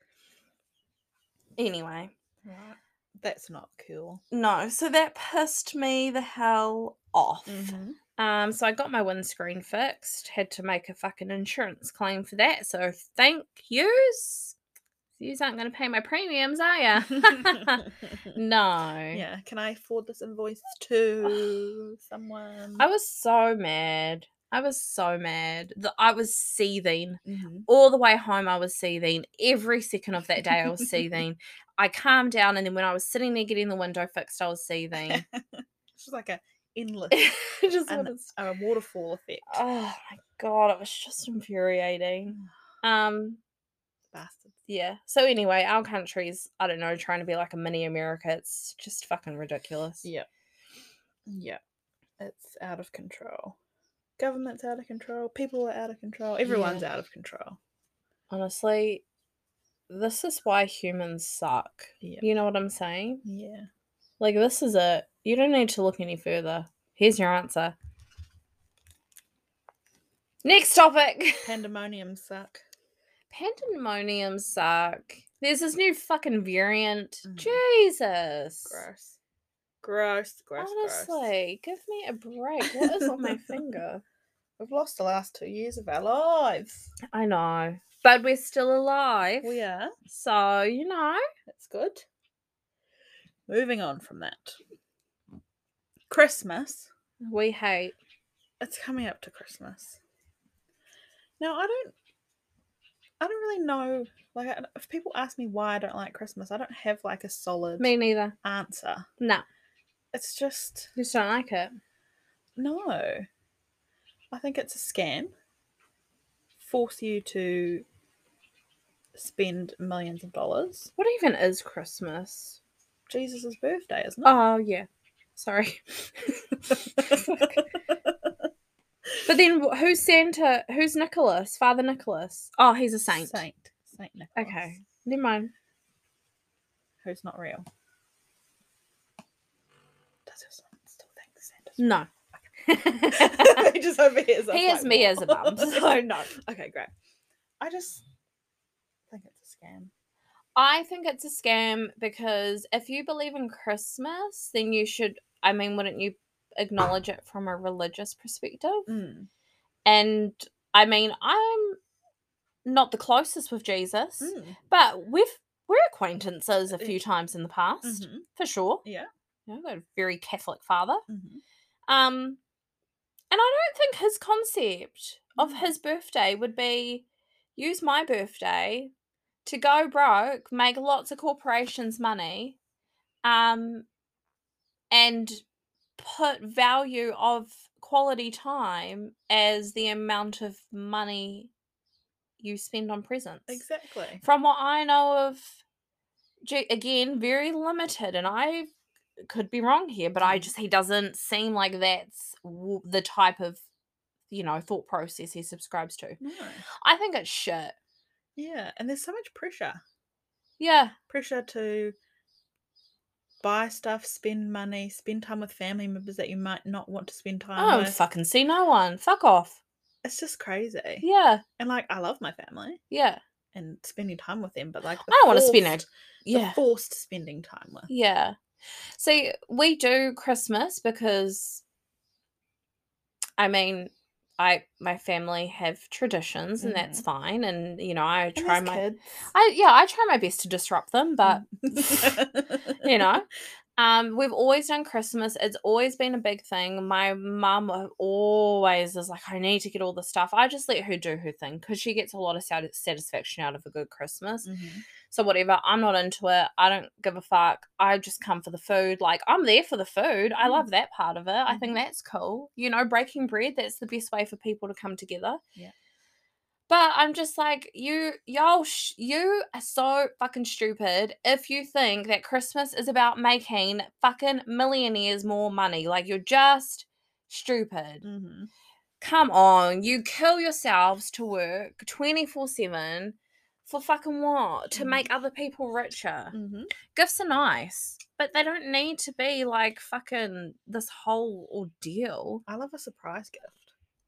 Anyway,
right. That's not cool.
no, so that pissed me the hell off.
Mm-hmm.
Um, so I got my windscreen fixed. Had to make a fucking insurance claim for that. So thank yous. Yous aren't going to pay my premiums, are you? no.
yeah. Can I forward this invoice to someone?
I was so mad. I was so mad. The, I was seething
Mhm.
all the way home. I was seething every second of that day. I was seething. I calmed down, and then when I was sitting there getting the window fixed, I was seething.
It's just like a endless
just
And-
wanted-
a waterfall effect.
oh my god, it was just infuriating. Um,
Bastards.
yeah. So anyway, our country's I don't know trying to be like a mini America. It's just fucking ridiculous.
Yeah. Yeah. It's out of control. Government's out of control. People are out of control. Everyone's out of control.
Honestly, this is why humans suck.
Yeah.
You know what I'm saying?
Yeah.
Like, this is it. You don't need to look any further. Here's your answer. Next topic
Pandemonium suck.
Pandemonium suck. There's this new fucking variant.
Mm.
Jesus.
Gross. Gross. Gross. gross.
Honestly, give me a break. What is on my finger?
We've lost the last two years of our lives.
I know. But we're still alive.
We are.
So, you know.
That's good. Moving on from that. Christmas.
We hate.
It's coming up to Christmas. Now I don't I don't really know like I- if people ask me why I don't like Christmas, I don't have like a solid
Me neither.
answer.
No.
It's just
Just don't like it.
no. I think it's a scam. Force you to spend millions of dollars.
What even is Christmas?
Jesus' birthday, isn't it?
Oh, yeah. Sorry. Oh. But then wh- who's Santa? Who's Nicholas? Father Nicholas? Oh, he's a saint.
Saint. Saint Nicholas.
Okay, never mind.
Who's not real? Does your son still think Santa's
No.
he just overhears us.
He is
like,
me as a
"What?"
bum, so no.
Okay, great. I just think it's a scam.
I think it's a scam because if you believe in Christmas, then you should. I mean, wouldn't you acknowledge it from a religious perspective?
Mm.
And I mean, I'm not the closest with Jesus,
Mm.
but we've we're acquaintances a few times in the past,
Mhm.
for sure.
Yeah.
You know, I've got a very Catholic father.
Mhm.
Um, and I don't think his concept of his birthday would be use my birthday to go broke, make lots of corporations money, um, and put value of quality time as the amount of money you spend on presents.
Exactly.
From what I know of, J- again, very limited, and I could be wrong here, but I
Mm.
just he doesn't seem like that's w- the type of you know thought process he subscribes to.
No.
I think it's shit.
Yeah, and there's so much pressure.
Yeah,
Pressure to buy stuff, spend money, spend time with family members that you might not want to spend time
I don't
with.
Oh, fucking see no one. Fuck off.
It's just crazy.
Yeah.
And like I love my family
Yeah.
and spending time with them, but like
I don't wanna spend
forced- the
Yeah.
forced spending time with.
Yeah. See, we do Christmas because I mean, I my family have traditions and that's fine and you know, I
Mm. And
try
there's
my
kids.
I yeah, I try my best to disrupt them, but you
you
know, um we've always done Christmas. It's always been a big thing. My mum a- always is like I need to get all the stuff. I just let her do her thing cuz she gets a lot of sati- satisfaction out of a good Christmas.
Mm-hmm,
So whatever, I'm not into it. I don't give a fuck. I just come for the food. Like I'm there for the food. I love that part of it. I think
Mhm.
that's cool. You know, breaking bread, that's the best way for people to come together.
Yeah.
But I'm just like, you y'all sh- you are so fucking stupid if you think that Christmas is about making fucking millionaires more money. Like you're just stupid
hmm
come on, you kill yourselves to work 24 7 for fucking what? To
Mm.
make other people richer.
hmm
Gifts are nice, but they don't need to be like fucking this whole ordeal.
I love a surprise gift.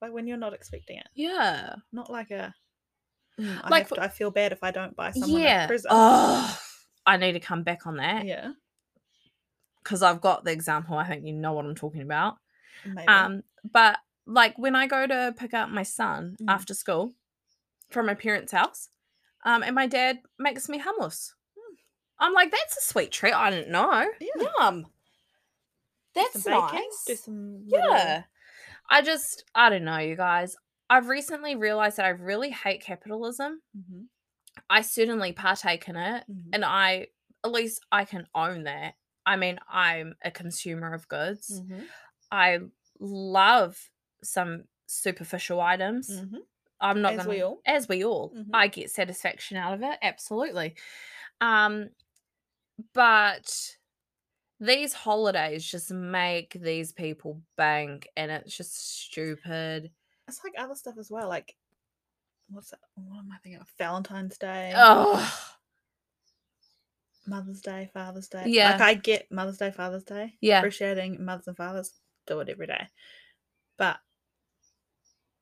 Like when you're not expecting it.
Yeah.
Not like a "Mm, I
Like
have
for-
to- I feel bad if I don't buy someone a
Yeah.
present.
Oh, I need to come back on that
Yeah.
because I've got the example. I think you know what I'm talking about.
Maybe.
Um, but like when I go to pick up my son
Mm.
after school from my parents' house, um, and my dad makes me hummus. I'm like, that's a sweet treat. I didn't know.
Yeah. Hmm.
Yum.
Do
That's
some baking, Do
nice.
some little-
Yeah. I just, I don't know, you guys. I've recently realized that I really hate capitalism.
Mhm,
I certainly partake in it,
mhm,
and I, at least, I can own that. I mean, I'm a consumer of goods.
mhm,
I love some superficial items.
mhm.
I'm not
As
gonna
we all.
as we all.
Mhm.
I get satisfaction out of it, absolutely. Um but these holidays just make these people bank and it's just stupid.
It's like other stuff as well. Like, what's that? What am I thinking of? Valentine's Day,
Oh
Mother's Day, Father's Day.
Yeah.
Like, I get Mother's Day, Father's Day.
yeah.
Appreciating mothers and fathers. Do it every day. But,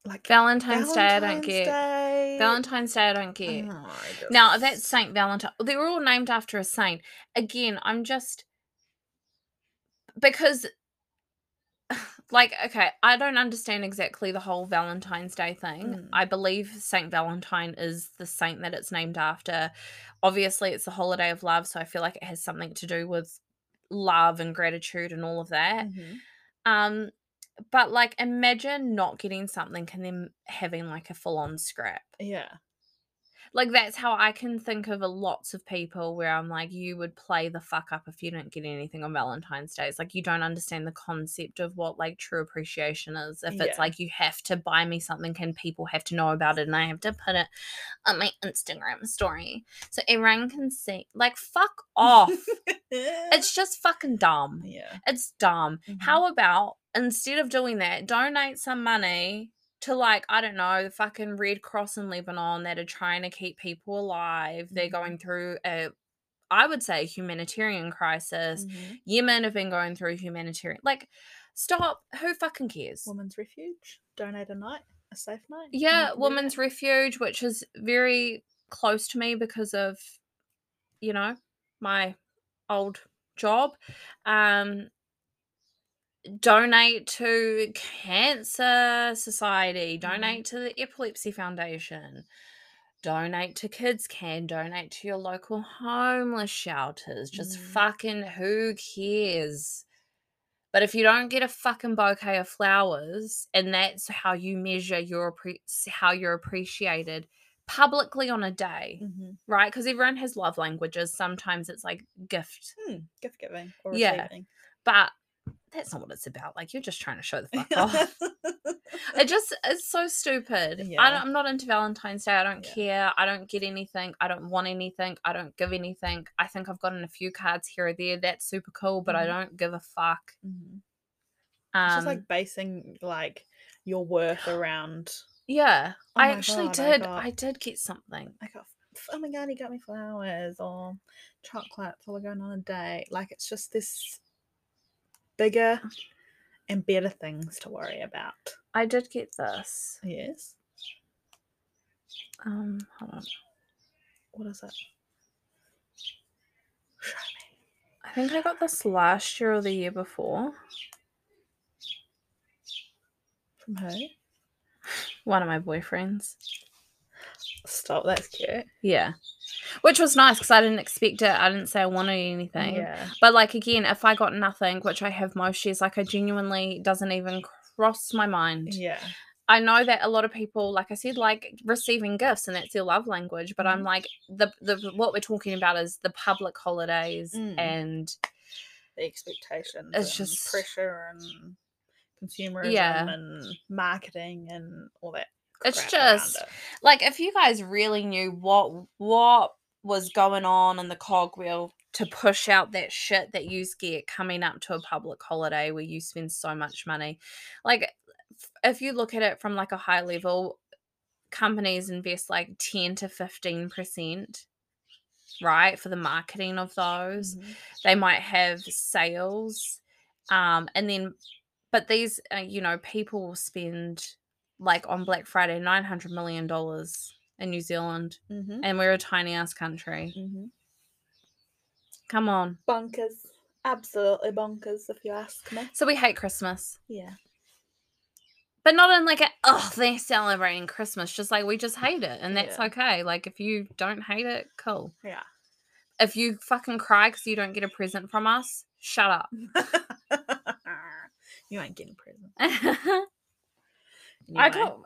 like,
Valentine's Day I don't
Valentine's
get.
Day-
Valentine's Day I don't get.
Oh, I just-
Now that's Saint Valentine. They were all named after a saint. Again, I'm just because like okay, I don't understand exactly the whole Valentine's Day thing.
Mm.
I believe Saint Valentine is the saint that it's named after. Obviously, it's the holiday of love, so I feel like it has something to do with love and gratitude and all of that.
Mhm.
Um but like imagine not getting something and then having like a full-on scrap
Yeah.
like that's how I can think of a lots of people where I'm like, you would play the fuck up if you don't get anything on Valentine's Day. It's like you don't understand the concept of what like true appreciation is. If
Yeah.
it's like you have to buy me something and people have to know about it and I have to put it on my Instagram story so everyone can see. Like fuck off. it's just fucking dumb.
yeah.
It's dumb.
Mhm.
How about instead of doing that, donate some money to like I don't know the fucking Red Cross in Lebanon that are trying to keep people alive. They're
Mhm.
going through a, I would say, humanitarian crisis.
Mhm.
Yemen have been going through humanitarian. Like, stop. Who fucking cares?
Women's refuge. Donate a night. A safe night. and you
yeah,
can do
Women's
that.
Refuge, which is very close to me because of, you know, my old job. Um, donate to Cancer Society, donate to the Epilepsy Foundation, donate to Kids Can, donate to your local homeless shelters. Just
Mm.
fucking who cares? But if you don't get a fucking bouquet of flowers, and that's how you measure your appre- how you're appreciated publicly on a day,
Mhm.
right? Because everyone has love languages. Sometimes it's like gift,
Hmm, Gift giving or
Yeah.
receiving.
but that's not what it's about. Like you're just trying to show the fuck off. It just is so stupid.
Yeah.
I don't, I'm not into Valentine's Day. I don't
Yeah.
care. I don't get anything. I don't want anything. I don't give anything. I think I've gotten a few cards here or there. That's super cool, but I
Mhm.
don't give a fuck.
Mhm.
Um,
it's just like basing like your worth around.
yeah,
Oh
I
my
actually
God, I
did.
got-
I did get something.
I got oh my god, he got me flowers or chocolates or we're going on a date. Like it's just this bigger and better things to worry about.
I did get this.
Yes.
Um, hold on.
What is it? Show me.
I think I got this last year or the year before.
From who?
One of my boyfriends.
Stop, that's cute.
Yeah. Which was nice because I didn't expect it. I didn't say I wanted anything.
Yeah.
But like again, if I got nothing, which I have most years, like I genuinely doesn't even cross my mind.
Yeah.
I know that a lot of people, like I said, like receiving gifts and that's their love language. But I'm
Mhm.
like the the what we're talking about is the public holidays
Mm.
and
The expectations.
It's
and
just-
pressure and consumerism
Yeah.
and marketing and all that.
It's
crap around
just-
it.
like if you guys really knew what what was going on in the cogwheel to push out that shit that you get coming up to a public holiday where you spend so much money like f- if you look at it from like a high level companies invest like 10 to 15 percent right for the marketing of those
Mhm.
they might have sales um and then but these uh, you know people will spend like on black friday 900 million dollars in new zealand
Mhm.
and we're a tiny ass country
Mhm.
come on
Bonkers. Absolutely bonkers, if you ask me.
so we hate christmas
Yeah.
but not in like a oh they're celebrating christmas just like we just hate it and that's
Yeah.
okay like if you don't hate it cool
Yeah.
if you fucking cry because you don't get a present from us shut up
you ain't getting present.
I got.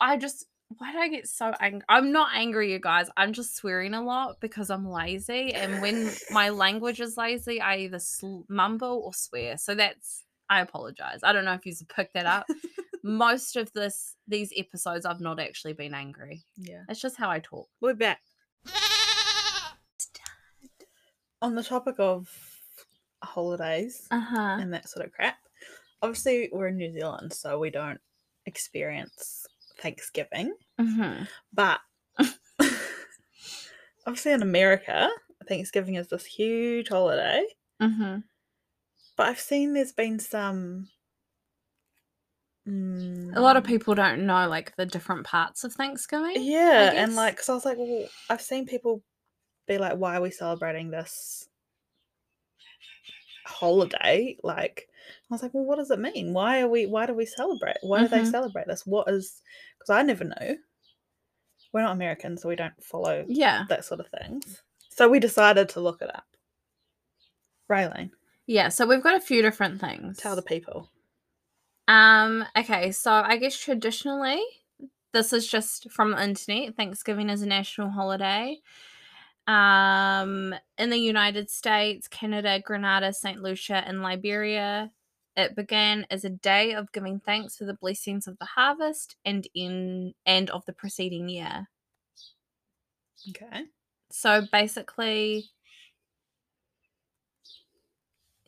I just. Why do I get so angry? I'm not angry, you guys. I'm just swearing a lot because I'm lazy, and when my language is lazy, I either sl- mumble or swear. So that's. I apologize. I don't know if you picked that up. Most of this, these episodes, I've not actually been angry.
Yeah.
It's just how I talk.
We're back. On the topic of holidays
Uh huh.
and that sort of crap, obviously we're in New Zealand, so we don't experience Thanksgiving.
hmm
But obviously in America, Thanksgiving is this huge holiday.
hmm
But I've seen there's been some. Mm,
A lot of people don't know like the different parts of Thanksgiving.
Yeah, and
guess.
like, so I was like, well, I've seen people be like, why are we celebrating this holiday? Like, I was like, well, what does it mean? Why are we? Why do we celebrate? Why do they
Mhm.
celebrate this? What is? Because I never know. We're not Americans, so we don't follow
Yeah.
that sort of things. So we decided to look it up. Raylene,
Yeah. So we've got a few different things.
tell the people.
Um, okay, so I guess traditionally, this is just from the internet. Thanksgiving is a national holiday. Um, in the United States, Canada, Grenada, St. Lucia, and Liberia, it began as a day of giving thanks for the blessings of the harvest and in and of the preceding year.
Okay.
So basically,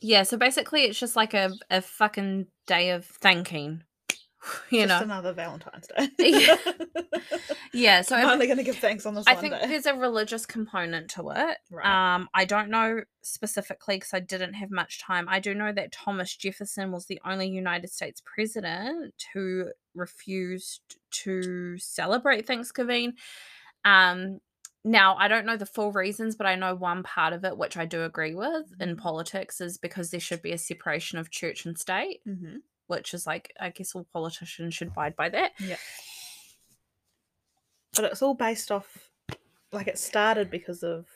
yeah. So basically, it's just like a a fucking day of thanking. You
Just
know,
another Valentine's Day.
Yeah. Yeah, so
I'm
I,
only going to give thanks on this
I
one
think
day.
there's a religious component to it.
right.
Um, I don't know specifically because I didn't have much time. I do know that Thomas Jefferson was the only United States president who refused to celebrate Thanksgiving. Um, now I don't know the full reasons, but I know one part of it which I do agree with in
Mhm.
politics is because there should be a separation of church and state
mm-hmm.
which is like I guess all politicians should abide by that.
Yeah. But it's all based off, like it started because of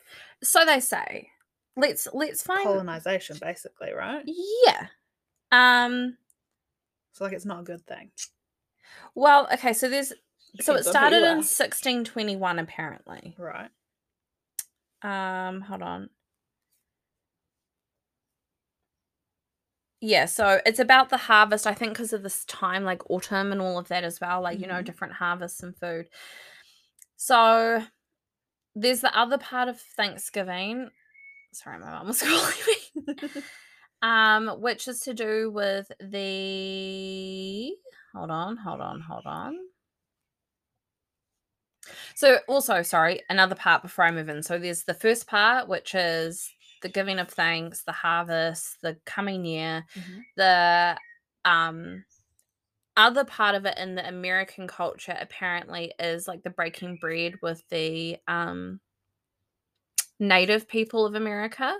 So they say. Let's let's find
colonization, basically, right?
Yeah. Um
So like it's not a good thing.
well, okay, so there's so it
Depends on who
started
you
in
are.
1621 apparently.
right.
Um hold on. Yeah, so it's about the harvest, I think, because of this time, like autumn and all of that as well, like, you know,
Mhm.
different harvests and food. So there's the other part of Thanksgiving. Sorry, my mum was calling me. um, which is to do with the hold on, hold on, hold on. So also, sorry, another part before I move in. So there's the first part, which is the giving of thanks, the harvest, the coming year,
Mhm.
the um other part of it in the American culture apparently is like the breaking bread with the um native people of America.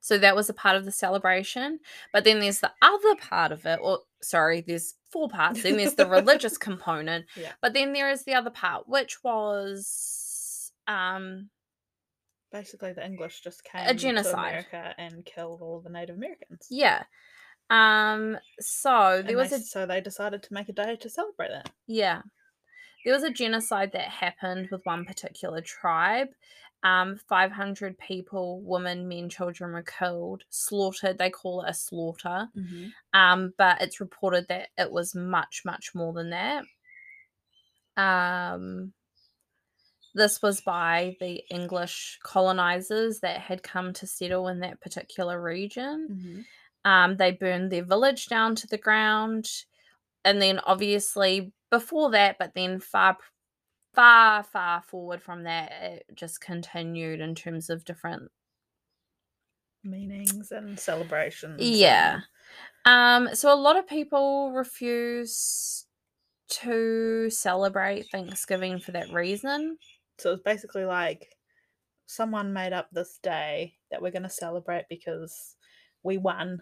So that was a part of the celebration. But then there's the other part of it, or sorry, there's four parts. Then there's the religious component.
Yeah.
But then there is the other part, which was um
Basically, the English just came
genocide.
to America and killed all the Native Americans.
yeah. Um so
And
there was
they-
a
so they decided to make a day to celebrate that.
Yeah. There was a genocide that happened with one particular tribe. Um, 500 people, women, men, children were killed, slaughtered. They call it a slaughter. Um, but it's reported that it was much, much more than that. Um, this was by the English colonizers that had come to settle in that particular region. Um, they burned their village down to the ground. And then, obviously, before that, but then far, p- far, far forward from that, it just continued in terms of different.
Meanings and celebrations.
Yeah. Um, so, a lot of people refuse to celebrate Thanksgiving for that reason.
So it's basically like someone made up this day that we're going to celebrate because we won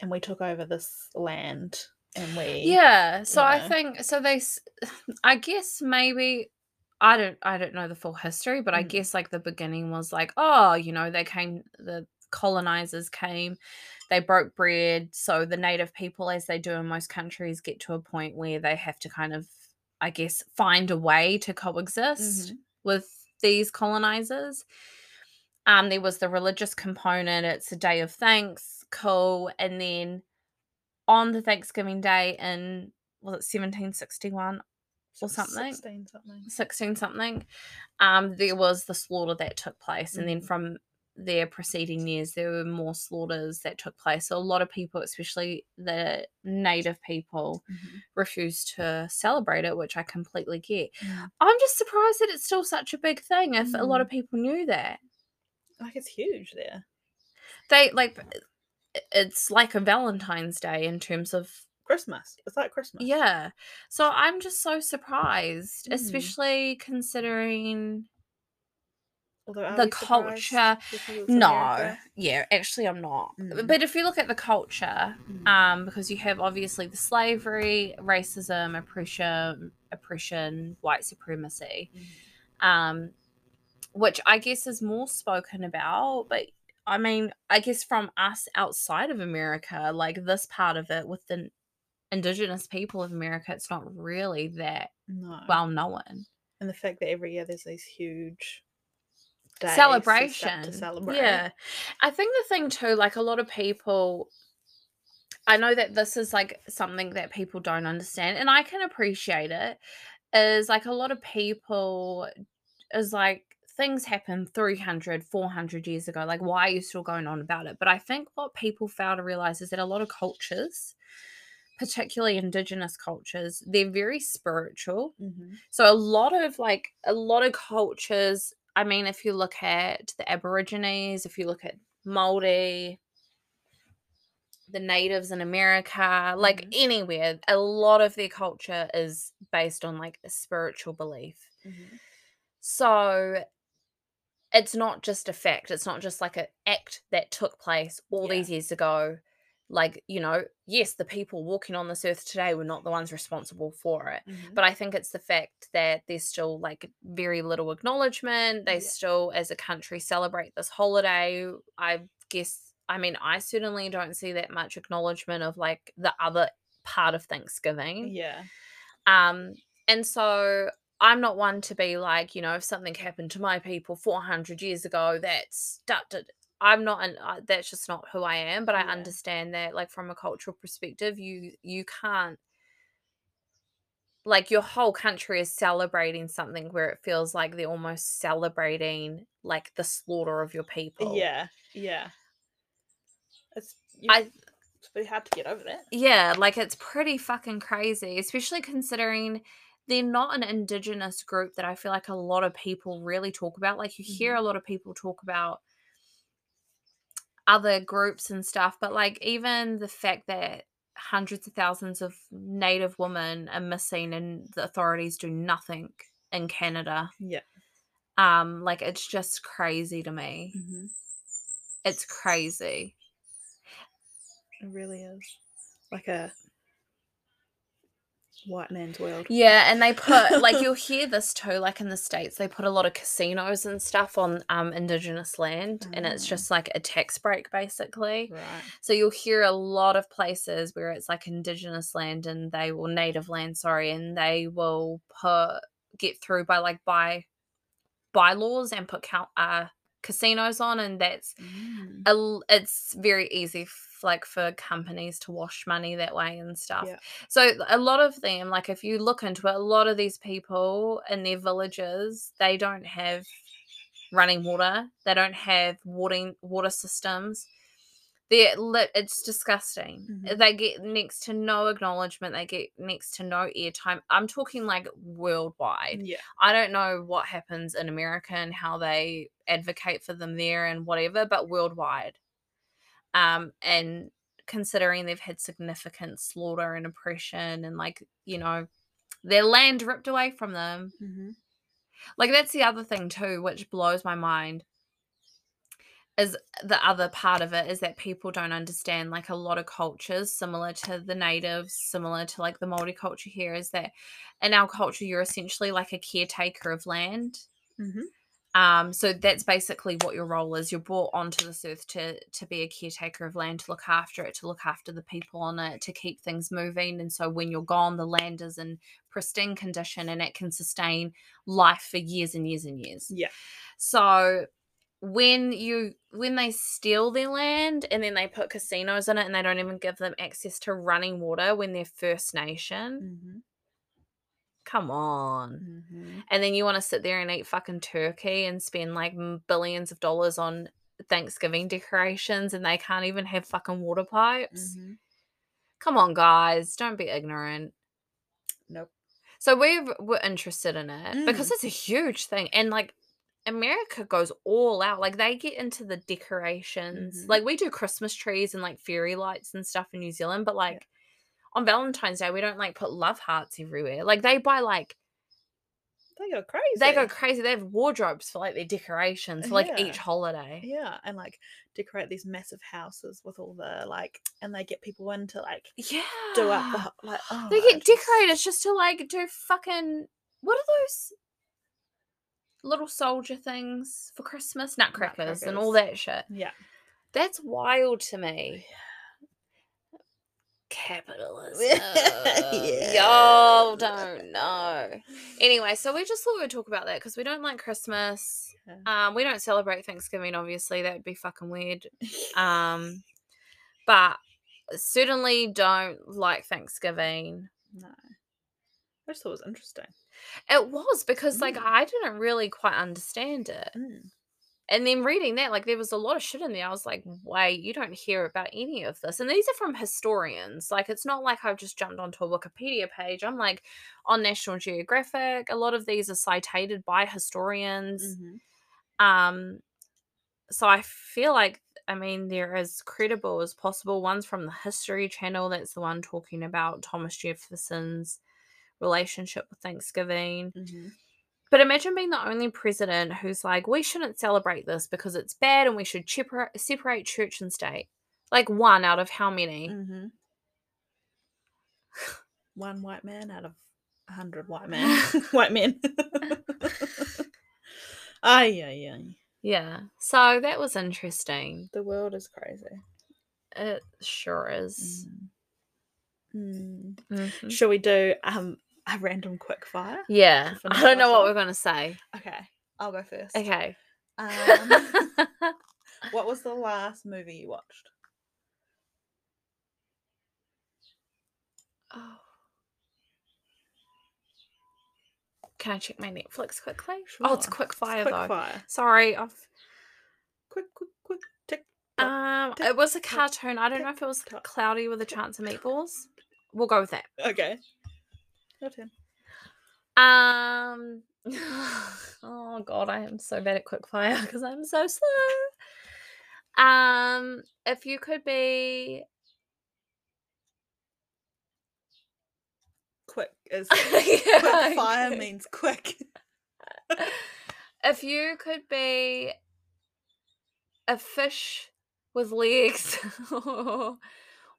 and we took over this land and we
Yeah. So, I
know.
think, so they, s- I guess maybe. I don't I don't know the full history, but I
Mm.
guess like the beginning was like, oh, you know, they came the colonizers came, they broke bread, so the native people as they do in most countries get to a point where they have to kind of I guess find a way to coexist
Mhm.
with these colonizers. Um there was the religious component, it's a day of thanks, cool, and then on the Thanksgiving day in was it 1761 or
sort of
something.
16 something.
16 something um there was the slaughter that took place and then
Mhm.
from their preceding years there were more slaughters that took place so a lot of people especially the native people refused to celebrate it which i completely get
Mm.
i'm just surprised that it's still such a big thing if a lot of people knew that
Like it's huge there.
they like i- it's like a valentine's day in terms of
Christmas. It's like Christmas.
yeah so i'm just so surprised
Mm.
especially considering
Although are
the
we surprised
culture-
because it's
No,
America?
yeah, actually, I'm not.
Mm.
But if you look at the culture,
Mm.
um, because you have obviously the slavery, racism, oppression, oppression, white supremacy,
Mhm.
um, which I guess is more spoken about. But I mean, I guess from us outside of America, like this part of it with the indigenous people of America, it's not really that
No.
well known.
and the fact that every year there's these huge days and stuff
celebration.
to celebrate.
Yeah. I think the thing too, like a lot of people I know that this is like something that people don't understand and I can appreciate it is like a lot of people is like things happened 300 400 years ago like why are you still going on about it but i think what people fail to realize is that a lot of cultures particularly indigenous cultures they're very spiritual
Mhm.
so a lot of like a lot of cultures. I mean, if you look at the Aborigines, if you look at Maori, the natives in America, like
Mhm.
anywhere, a lot of their culture is based on like a spiritual belief.
Mhm.
So it's not just a fact. It's not just like an act that took place all
Yeah.
these years ago. Like, you know, yes, the people walking on this earth today were not the ones responsible for it
Mhm.
but I think it's the fact that there's still like very little acknowledgement. They
Yeah.
still, as a country, celebrate this holiday. I guess, I mean, I certainly don't see that much acknowledgement of like the other part of Thanksgiving.
Yeah.
Um, and so I'm not one to be like, you know, if something happened to my people 400 years ago, that's da- da- da- I'm not an uh, that's just not who I am, but I
Yeah.
understand that like from a cultural perspective, you you can't like your whole country is celebrating something where it feels like they're almost celebrating like the slaughter of your people.
Yeah. Yeah. It's you,
I-
it's pretty hard to get over that.
Yeah, like it's pretty fucking crazy, especially considering they're not an indigenous group that I feel like a lot of people really talk about. Like you hear a lot of people talk about other groups and stuff, but like even the fact that hundreds of thousands of native women are missing and the authorities do nothing in Canada.
Yeah.
Um, like it's just crazy to me.
Mm-hmm,
It's crazy.
It really is. Like a white man's world.
Yeah, and they put like you'll hear this too, like in the states, they put a lot of casinos and stuff on um indigenous land, and it's
Ah.
just like a tax break basically.
Right.
So you'll hear a lot of places where it's like indigenous land and they will native land, sorry, and they will put get through by like by bylaws and put count uh casinos on, and that's
Mm.
a l- it's very easy f- like for companies to wash money that way and stuff
Yeah.
so a lot of them like if you look into it a lot of these people in their villages they don't have running water they don't have watering water systems they're lit, it's disgusting
Mhm.
they get next to no acknowledgement they get next to no airtime i'm talking like worldwide
Yeah.
I don't know what happens in America and how they advocate for them there and whatever, but worldwide. Um, and considering they've had significant slaughter and oppression and like, you know, their land ripped away from them.
Mm-hmm.
Like that's the other thing too, which blows my mind. Is the other part of it is that people don't understand like a lot of cultures similar to the natives, similar to like the Maori culture here, is that in our culture you're essentially like a caretaker of land.
Mm-hmm.
Um, so that's basically what your role is. You're brought onto this earth to to be a caretaker of land, to look after it, to look after the people on it, to keep things moving. And so when you're gone, the land is in pristine condition and it can sustain life for years and years and years.
Yeah.
So when you when they steal their land and then they put casinos in it and they don't even give them access to running water when they're First Nation,
Mm-hmm.
come on
Mm-hmm.
and then you want to sit there and eat fucking turkey and spend like m- billions of dollars on Thanksgiving decorations and they can't even have fucking water pipes.
Mm-hmm.
Come on, guys, don't be ignorant.
Nope. Mm.
So we were interested in it because it's a huge thing and like America goes all out. Like they get into the decorations.
Mhm.
Like we do Christmas trees and like fairy lights and stuff in New Zealand, but like on Valentine's Day we don't like put love hearts everywhere. Like they buy like
They go crazy.
they go crazy. They have wardrobes for like their decorations for like
Yeah.
each holiday.
Yeah, and like decorate these massive houses with all the like, and they get people in to like
Yeah.
do up the ho- like. Oh,
They get
it's just-
decorators just to like do fucking what are those little soldier things for Christmas? Nutcrackers, Oh, and all that shit.
Yeah,
That's wild to me. Capitalism. Y'all don't know. Anyway, so we just thought we'd talk about that because we don't like Christmas.
Yeah.
Um, we don't celebrate Thanksgiving, obviously. That would be fucking weird. Um, but certainly don't like Thanksgiving.
no. I just thought it was interesting.
It was because like
Mm.
I didn't really quite understand it.
Mm.
And then reading that, like there was a lot of shit in there. I was like, wait, you don't hear about any of this. And these are from historians. Like it's not like I've just jumped onto a Wikipedia page. I'm like on National Geographic. A lot of these are cited by historians.
Mhm.
Um, so I feel like I mean they're as credible as possible. One's from the History Channel. That's the one talking about Thomas Jefferson's relationship with Thanksgiving.
Mhm.
But imagine being the only president who's like, we shouldn't celebrate this because it's bad, and we should chepar- separate church and state. Like one out of how many?
Mhm. One white man out of a hundred white men. white men. Ay, ay, ay.
Yeah. So that was interesting.
The world is crazy.
It sure is.
Mm-hmm. Mm.
Mhm.
Shall we do um a random quick fire? To
Yeah. I
finish
don't know what
off
we're gonna say.
Okay, I'll go first.
Okay.
Um, what was the last movie you watched?
Oh. Can I check my Netflix quickly? Oh, it's
Sure.
quick fire
quick
though.
fire.
Sorry, I've
Quick, quick, quick. Tick. Tick,
um
tick,
it was a
tick,
cartoon. I don't know
tick,
if it was
tock,
cloudy with a
tick,
chance of
tock.
meatballs. We'll go with that.
Okay. Your turn.
Um. Oh god, I am so bad at quickfire because I'm so slow. Um, if you could be,
Quick is
Yeah,
quick fire
okay.
means quick.
if you could be a fish with legs,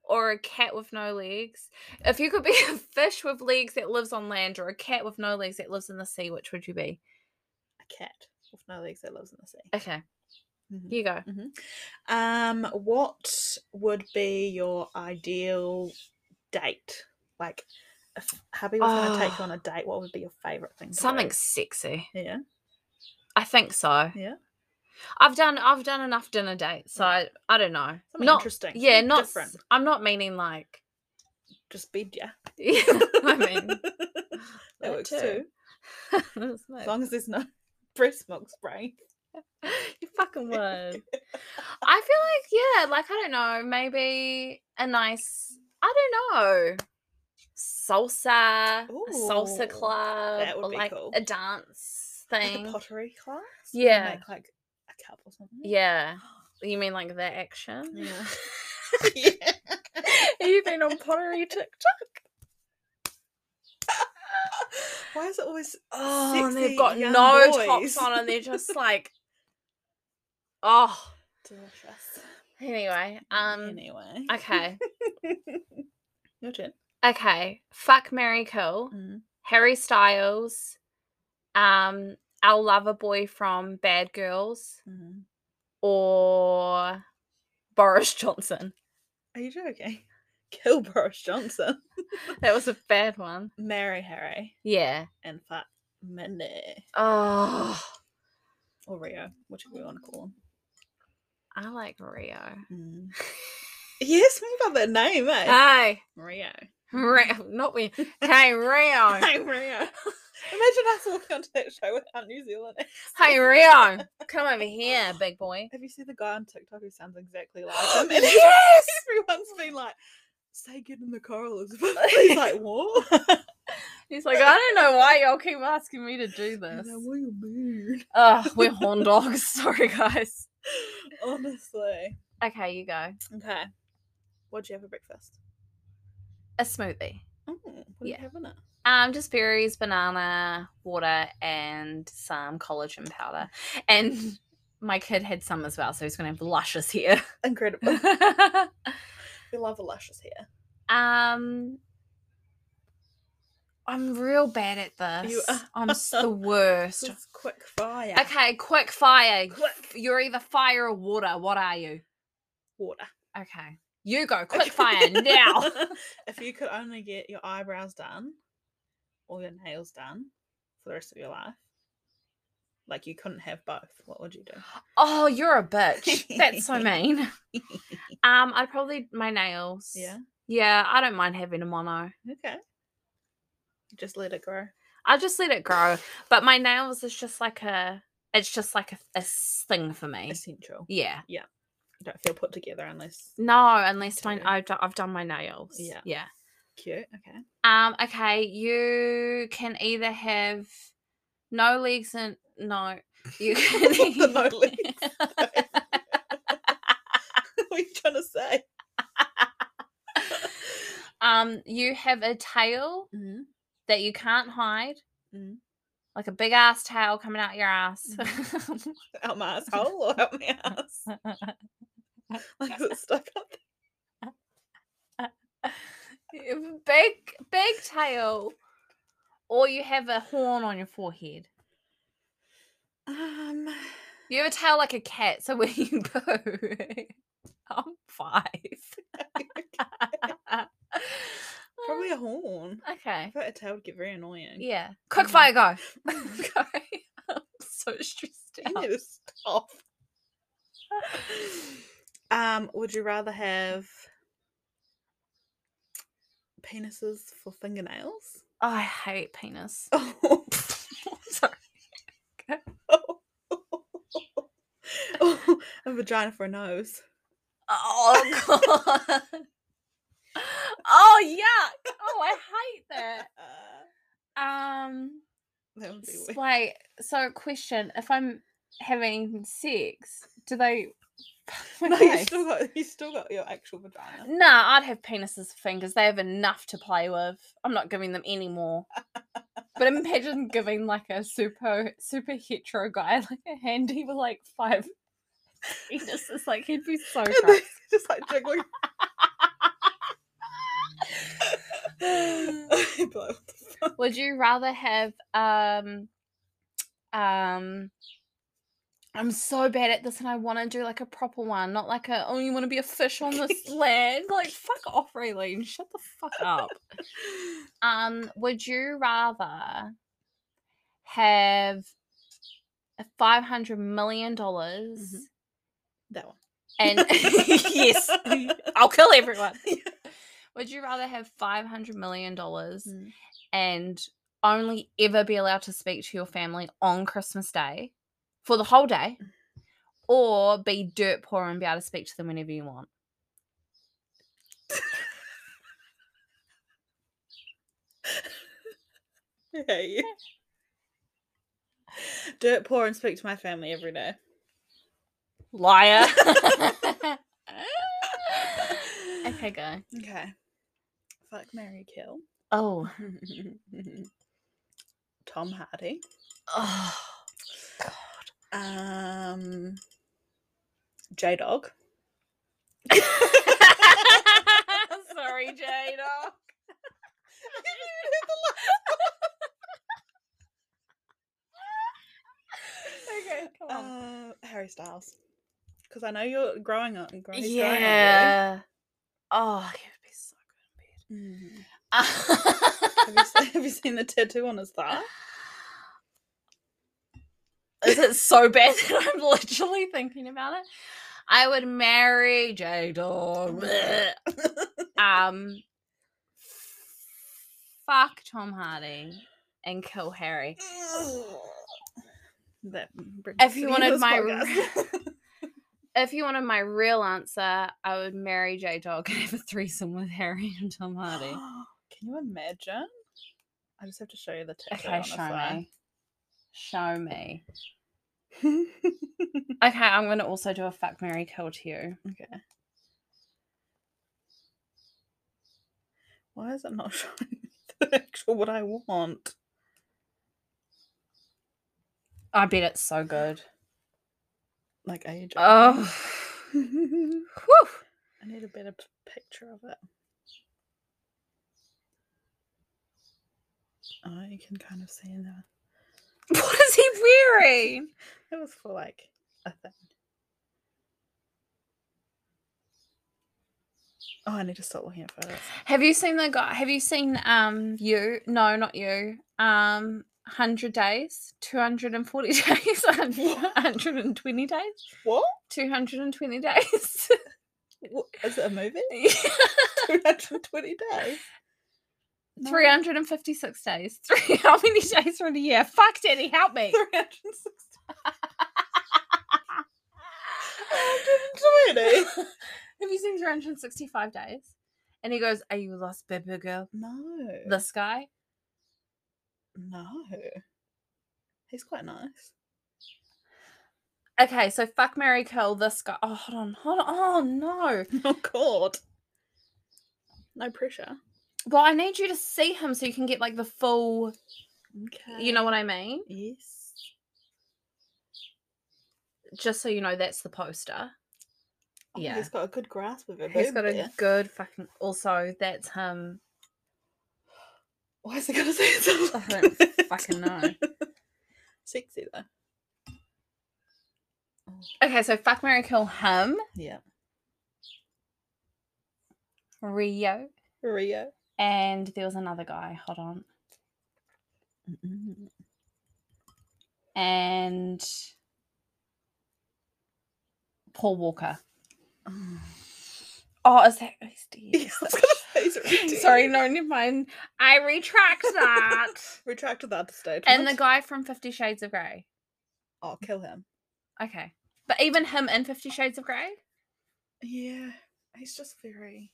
or a cat with no legs, if you could be a fish with legs that lives on land, or a cat with no legs that lives in the sea, which would you be?
A cat with no legs that lives in the sea.
Okay,
Mhm.
you go.
Um, what would be your ideal date? Like, if hubby was going to take you on a date, what would be your favorite thing? To do?
Ah. Something sexy.
Yeah.
I think so.
Yeah.
I've done I've done enough dinner dates, so
Yeah.
I, I don't know.
Something
not
interesting.
yeah,
something
not s-
different.
I'm not meaning like
Just bed ya.
yeah, I mean
that works too.
That's my-
As long as there's no breast milk spray.
you fucking would. I feel like yeah, like I don't know, maybe a nice I don't know. Salsa, a
Ooh,
salsa club,
that would
or
be
like
cool.
a dance
Like
thing.
a pottery class. where you
yeah.
Make like a cup or something.
Yeah. You mean like the action?
Yeah. yeah.
Have you been on pottery TikTok?
Why is it always
Oh, and
sexy
they've got
young
no
boys.
tops on, and they're just like, oh.
delicious?
Anyway, um,
Anyway.
okay,
Your turn.
um, okay. Fuck Mary Kill,
Mm.
Harry Styles, um, our lover boy from Bad Girls,
Mhm.
or Boris Johnson.
Are you joking? Kill Boris Johnson.
That was a bad one.
Marry Harry
Yeah.
and fuck Minnie.
Oh,
Or Rio, whichever you want to call him.
I like Rio.
Mm. Yes, me about that name, eh?
Hey,
Rio.
Rio, not we. Hey, Rio.
Hey, Rio. Imagine us walking onto that show without New Zealand. accents.
Hey Rio, come over here, big boy.
Have you seen the guy on TikTok who sounds exactly like him? And
Yes!
everyone's been like, say good in the coral Elizabeth. He's like, what?
He's like, I don't know why y'all keep asking me to do
He's like,
this.
what are you mean?
Ugh, we're horn dogs. Sorry, guys.
Honestly.
Okay, you go.
Okay. What'd you have for breakfast?
A smoothie.
Oh, what did
Yeah.
you have in it?
Um, just berries, banana, water, and some collagen powder. And my kid had some as well, so he's gonna have luscious hair.
Incredible. we love a luscious hair.
um, I'm real bad at this.
You are.
I'm s- the worst.
This is quick fire.
Okay, quick fire.
Quick.
You're either fire or water. What are you?
Water.
Okay. You go. Quick fire now.
if you could only get your eyebrows done or your nails done for the rest of your life, like you couldn't have both, what would you do?
Oh, you're a bitch. That's so mean. Um, I'd probably my nails.
yeah.
Yeah, I don't mind having a mono.
Okay. Just let it grow.
I'll just let it grow. But my nails is just like a it's just like a, a s- thing for me.
Essential.
Yeah.
You don't feel put together unless
No, unless my
Totally.
I've, do- I've done my nails.
Yeah.
Yeah.
cute. Okay.
Um, okay, you can either have no legs and no. You can
The no
eith-
what are you trying to say?
um, you have a tail
Mm-hmm.
that you can't hide,
Mhm.
like a big ass tail coming out your ass.
Out my asshole or out my ass? Like, is it stuck up
You have a big, big tail, or you have a horn on your forehead.
there? Um,
You have a tail like a cat, so where you go, I'm five.
probably a horn. I
Okay.
thought a tail would get very annoying.
Yeah. Quick
Mhm.
fire, go. go. I'm so stressed
You
out.
need to stop. Um, would you rather have penises for fingernails?
Oh, I hate penis.
Oh.
Sorry.
a vagina for a nose.
Oh god. oh yuck. Oh, I hate that. Um
Uh, That would be
S-
weird.
Wait, so question: If I'm having sex, do they? fuck my
No, you
face?
still got you still got your actual vagina.
Nah, I'd have penises for fingers. They have enough to play with. I'm not giving them any more. But imagine giving like a super super hetero guy like a handy with like five penises. Like he'd be so gross.
Just like jiggling. I'd be like, "What the fuck?"
Would you rather have um um I'm so bad at this and I want to do like a proper one, not like a oh you want to be a fish on this land. Like fuck off, Raylene. Shut the fuck up. Um, would you rather have a five hundred million dollars
that one.
and yes, I'll kill everyone. Would you rather have five hundred million dollars
Mm.
and only ever be allowed to speak to your family on Christmas Day for the whole day, or be dirt poor and be able to speak to them whenever you want?
I hate you. Dirt poor and speak to my family every day.
Liar. okay, go.
Okay. Fuck Mary Kill.
Oh.
Tom Hardy.
Oh,
Um J Dog.
Sorry, Jada. okay, come on.
Uh, Harry Styles. Because I know you're growing up and growing he's growing on you.
yeah. Oh, he would be so
Mm.
good in
Have
bed.
you, se- have you seen the tattoo on his thigh?
Is it so bad that I'm literally thinking about it? I would marry J Dog. um, fuck Tom Hardy and kill Harry.
that brings us
If
to
you
the end
wanted
of
my
this podcast.
if you wanted my real answer, I would marry J Dog and have a threesome with Harry and Tom Hardy.
Can you imagine? I just have to show you the tattoo
Okay,
on his
show
thigh.
me. Show me. Okay, I'm gonna also do a fuck Mary kill to you.
okay. Why is it not showing me the actual what I want?
I bet it's so good.
Like age.
Oh
I
whew.
need a better p- picture of it. Oh, you can kind of see in there.
what is he wearing?
It was for like a thing. Oh, I need to stop looking at photos.
Have you seen the guy have you seen um you? No, not you. Um hundred days, two hundred and forty days, hundred and twenty days,
What?
two hundred and twenty days.
what? Is it a movie? 220 days. No.
356 days. Three how many days are in a year? Fuck Daddy, help me.
360. 120?
Have you seen 365 days? And he goes, Are you lost, baby girl?
No.
This guy?
No. He's quite nice.
Okay, so fuck Mary Kill, this guy. Oh, hold on, hold on. Oh, no.
Oh, God. No pressure.
Well, I need you to see him so you can get like the full,
Okay.
you know what I mean?
Yes.
Just so you know that's the poster.
Oh,
yeah.
He's got a good grasp of it.
He's got a good fucking. Also, that's him.
Why is he gonna say it's
I don't fucking know.
Sexy though.
Okay, so fuck Mary Kill, him,
Yeah.
Rio,
Rio.
and there was another guy. Hold on. And Paul Walker. Oh, is that he's dead.
Yes, I was gonna say it's really
Sorry,
deep.
no, never mind. I retract that.
Retracted that statement.
and the guy from Fifty Shades of Grey.
Oh, kill him.
Okay. But even him in Fifty Shades of Grey?
Yeah. He's just very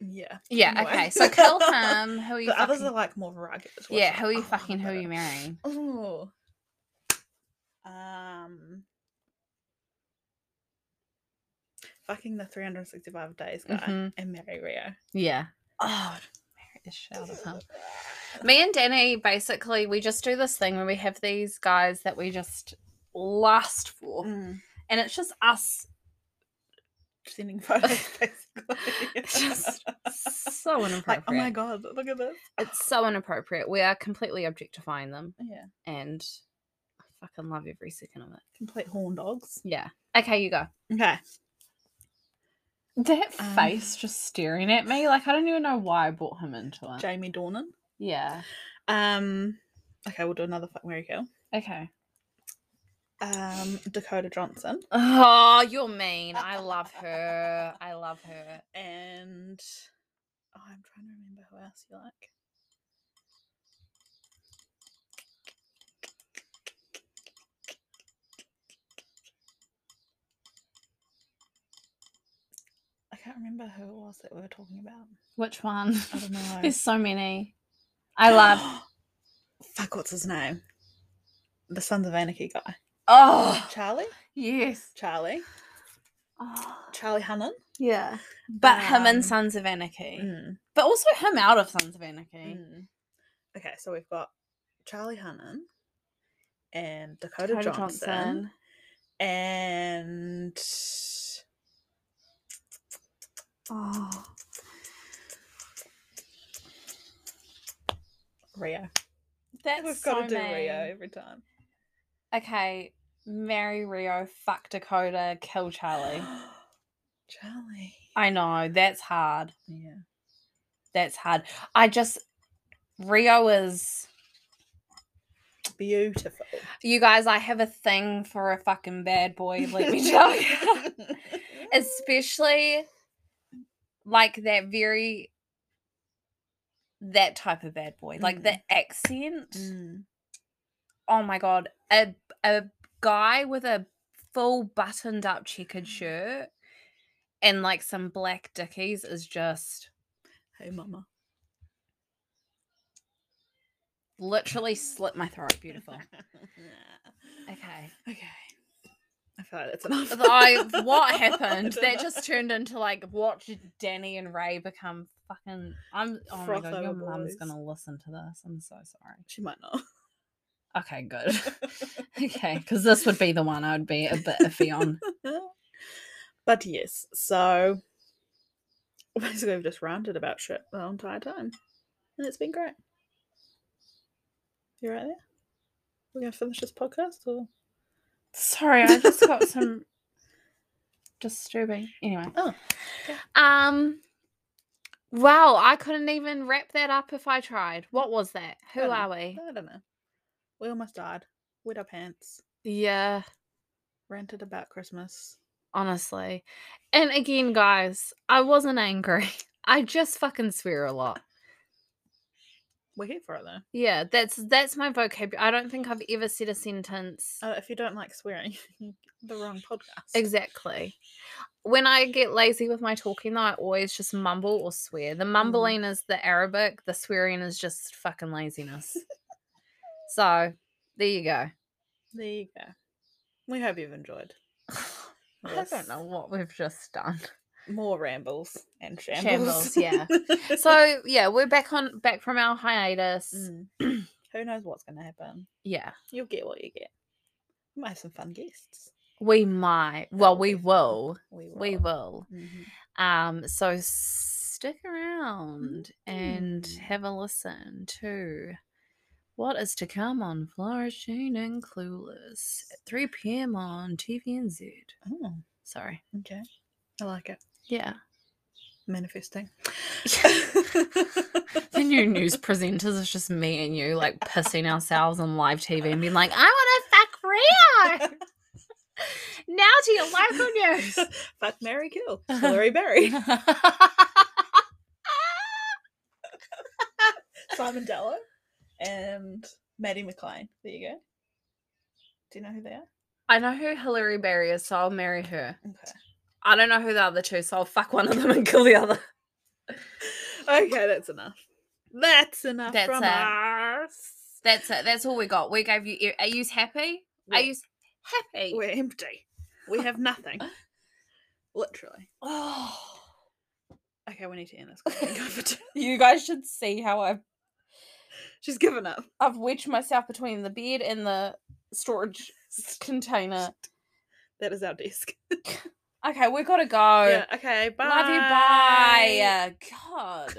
Yeah.
Yeah,
Anyway.
okay. So Carl Ham, who are you
The others
fucking-
are like more rugged. where
Yeah,
it's
who are
like,
you
"Oh,
fucking who
but
are
it-
you marrying?
Oh. Um. Fucking the 365 days guy
Mhm.
and marry Rio.
Yeah. Oh, marry the shit out of her. Me and Danny basically we just do this thing where we have these guys that we just lust for.
Mm,
And it's just us
Sending photos, basically.
just so inappropriate.
like, oh my god, look at this.
It's so inappropriate. We are completely objectifying them
Yeah,
and I fucking love every second of it.
complete horn dogs.
Yeah. Okay, you go.
Okay.
That
Um,
face just staring at me, like I don't even know why I brought him into it.
Jamie Dornan.
yeah.
Um, okay, we'll do another fuck Mary Kill.
Okay.
Um, Dakota Johnson
Oh, you're mean. I love her. I love her.
and oh, I'm trying to remember who else you like. I can't remember who it was that we were talking about.
Which one?
I don't know.
There's so many. I love.
Fuck, what's his name? The Sons of Anarchy guy.
Oh,
Charlie?
yes.
Charlie.
Oh,
Charlie Hannon.
yeah. But him
Um,
and Sons of Anarchy.
Mm,
But also him out of Sons of Anarchy.
mm. Okay, so we've got Charlie Hannon and Dakota, Johnson, and
Oh.
Rio.
That's
we've got
so
to do
mean.
Rio every time.
Okay. Marry Rio, fuck Dakota, kill Charlie.
Charlie.
I know, that's hard.
Yeah.
That's hard. I just Rio is
Beautiful.
you guys, I have a thing for a fucking bad boy, let me tell you. especially like that very that type of bad boy like the accent
Mm,
oh my god a a guy with a full buttoned up checkered shirt and like some black dickies is just
Hey, mama.
literally slit my throat beautiful okay
Okay. I feel like that's enough.
I, what happened
I don't
that
know.
just turned into like watch danny and ray become fucking i'm oh my
Froth
god your
over
mum's
boys.
gonna listen to this i'm so sorry
She might not.
Okay, good. okay, because this would be the one I would be a bit iffy on.
but yes, so basically, I've just ranted about shit the whole entire time, and it's been great. You right there? We're gonna finish this podcast, or
Sorry, I just got some disturbing. Anyway.
Oh, okay.
Um. Wow, I couldn't even wrap that up if I tried. What was that? Who
Dunno.
are we?
I don't know. We almost died. Wet our pants.
Yeah,
Ranted about Christmas.
honestly. And again, guys, I wasn't angry. I just fucking swear a lot.
We're here for it though.
Yeah, that's that's my vocabulary. I don't think I've ever said a sentence
Uh, if you don't like swearing, you get the wrong podcast.
Exactly. When I get lazy with my talking, though, I always just mumble or swear. The mumbling is the Arabic, the swearing is just fucking laziness. so there you go.
There you go. We hope you've enjoyed
I don't know what we've just done.
more rambles and shambles.
Shambles, yeah. So yeah, we're back on back from our hiatus.
Mm. Who knows what's going to happen?
Yeah,
You'll get what you get. We might have some fun guests.
we might. Well,
will
we
be fun.
will.
We will.
We will.
Mhm.
Um, so stick around and
Mm.
have a listen to what is to come on Flourishing and Clueless at 3 p.m. on TVNZ.
Oh,
Sorry.
okay. I like it.
Yeah.
Manifesting.
The new news presenters is just me and you like pissing ourselves on live TV and being like, I want to fuck Rio. now to your local news.
Fuck Mary Kill. Hillary Berry. Simon Dello. And Maddie McLean. There you go. Do you know who they are?
I know who Hilary Berry is, so I'll marry her.
Okay.
I don't know who the other two, so I'll fuck one of them and kill the other.
okay, that's enough. That's enough
That's
from
it.
us.
That's it. That's all we got. We gave you. Are you happy? Are
We're-
you happy?
We're empty. We have nothing. Literally.
Oh,
Okay, we need to end this. 'cause I think I've-
you guys should see how I've
She's given up.
I've wedged myself between the bed and the storage container.
That is our desk.
Okay, we gotta go.
Yeah, okay, bye.
Love you. Bye. God.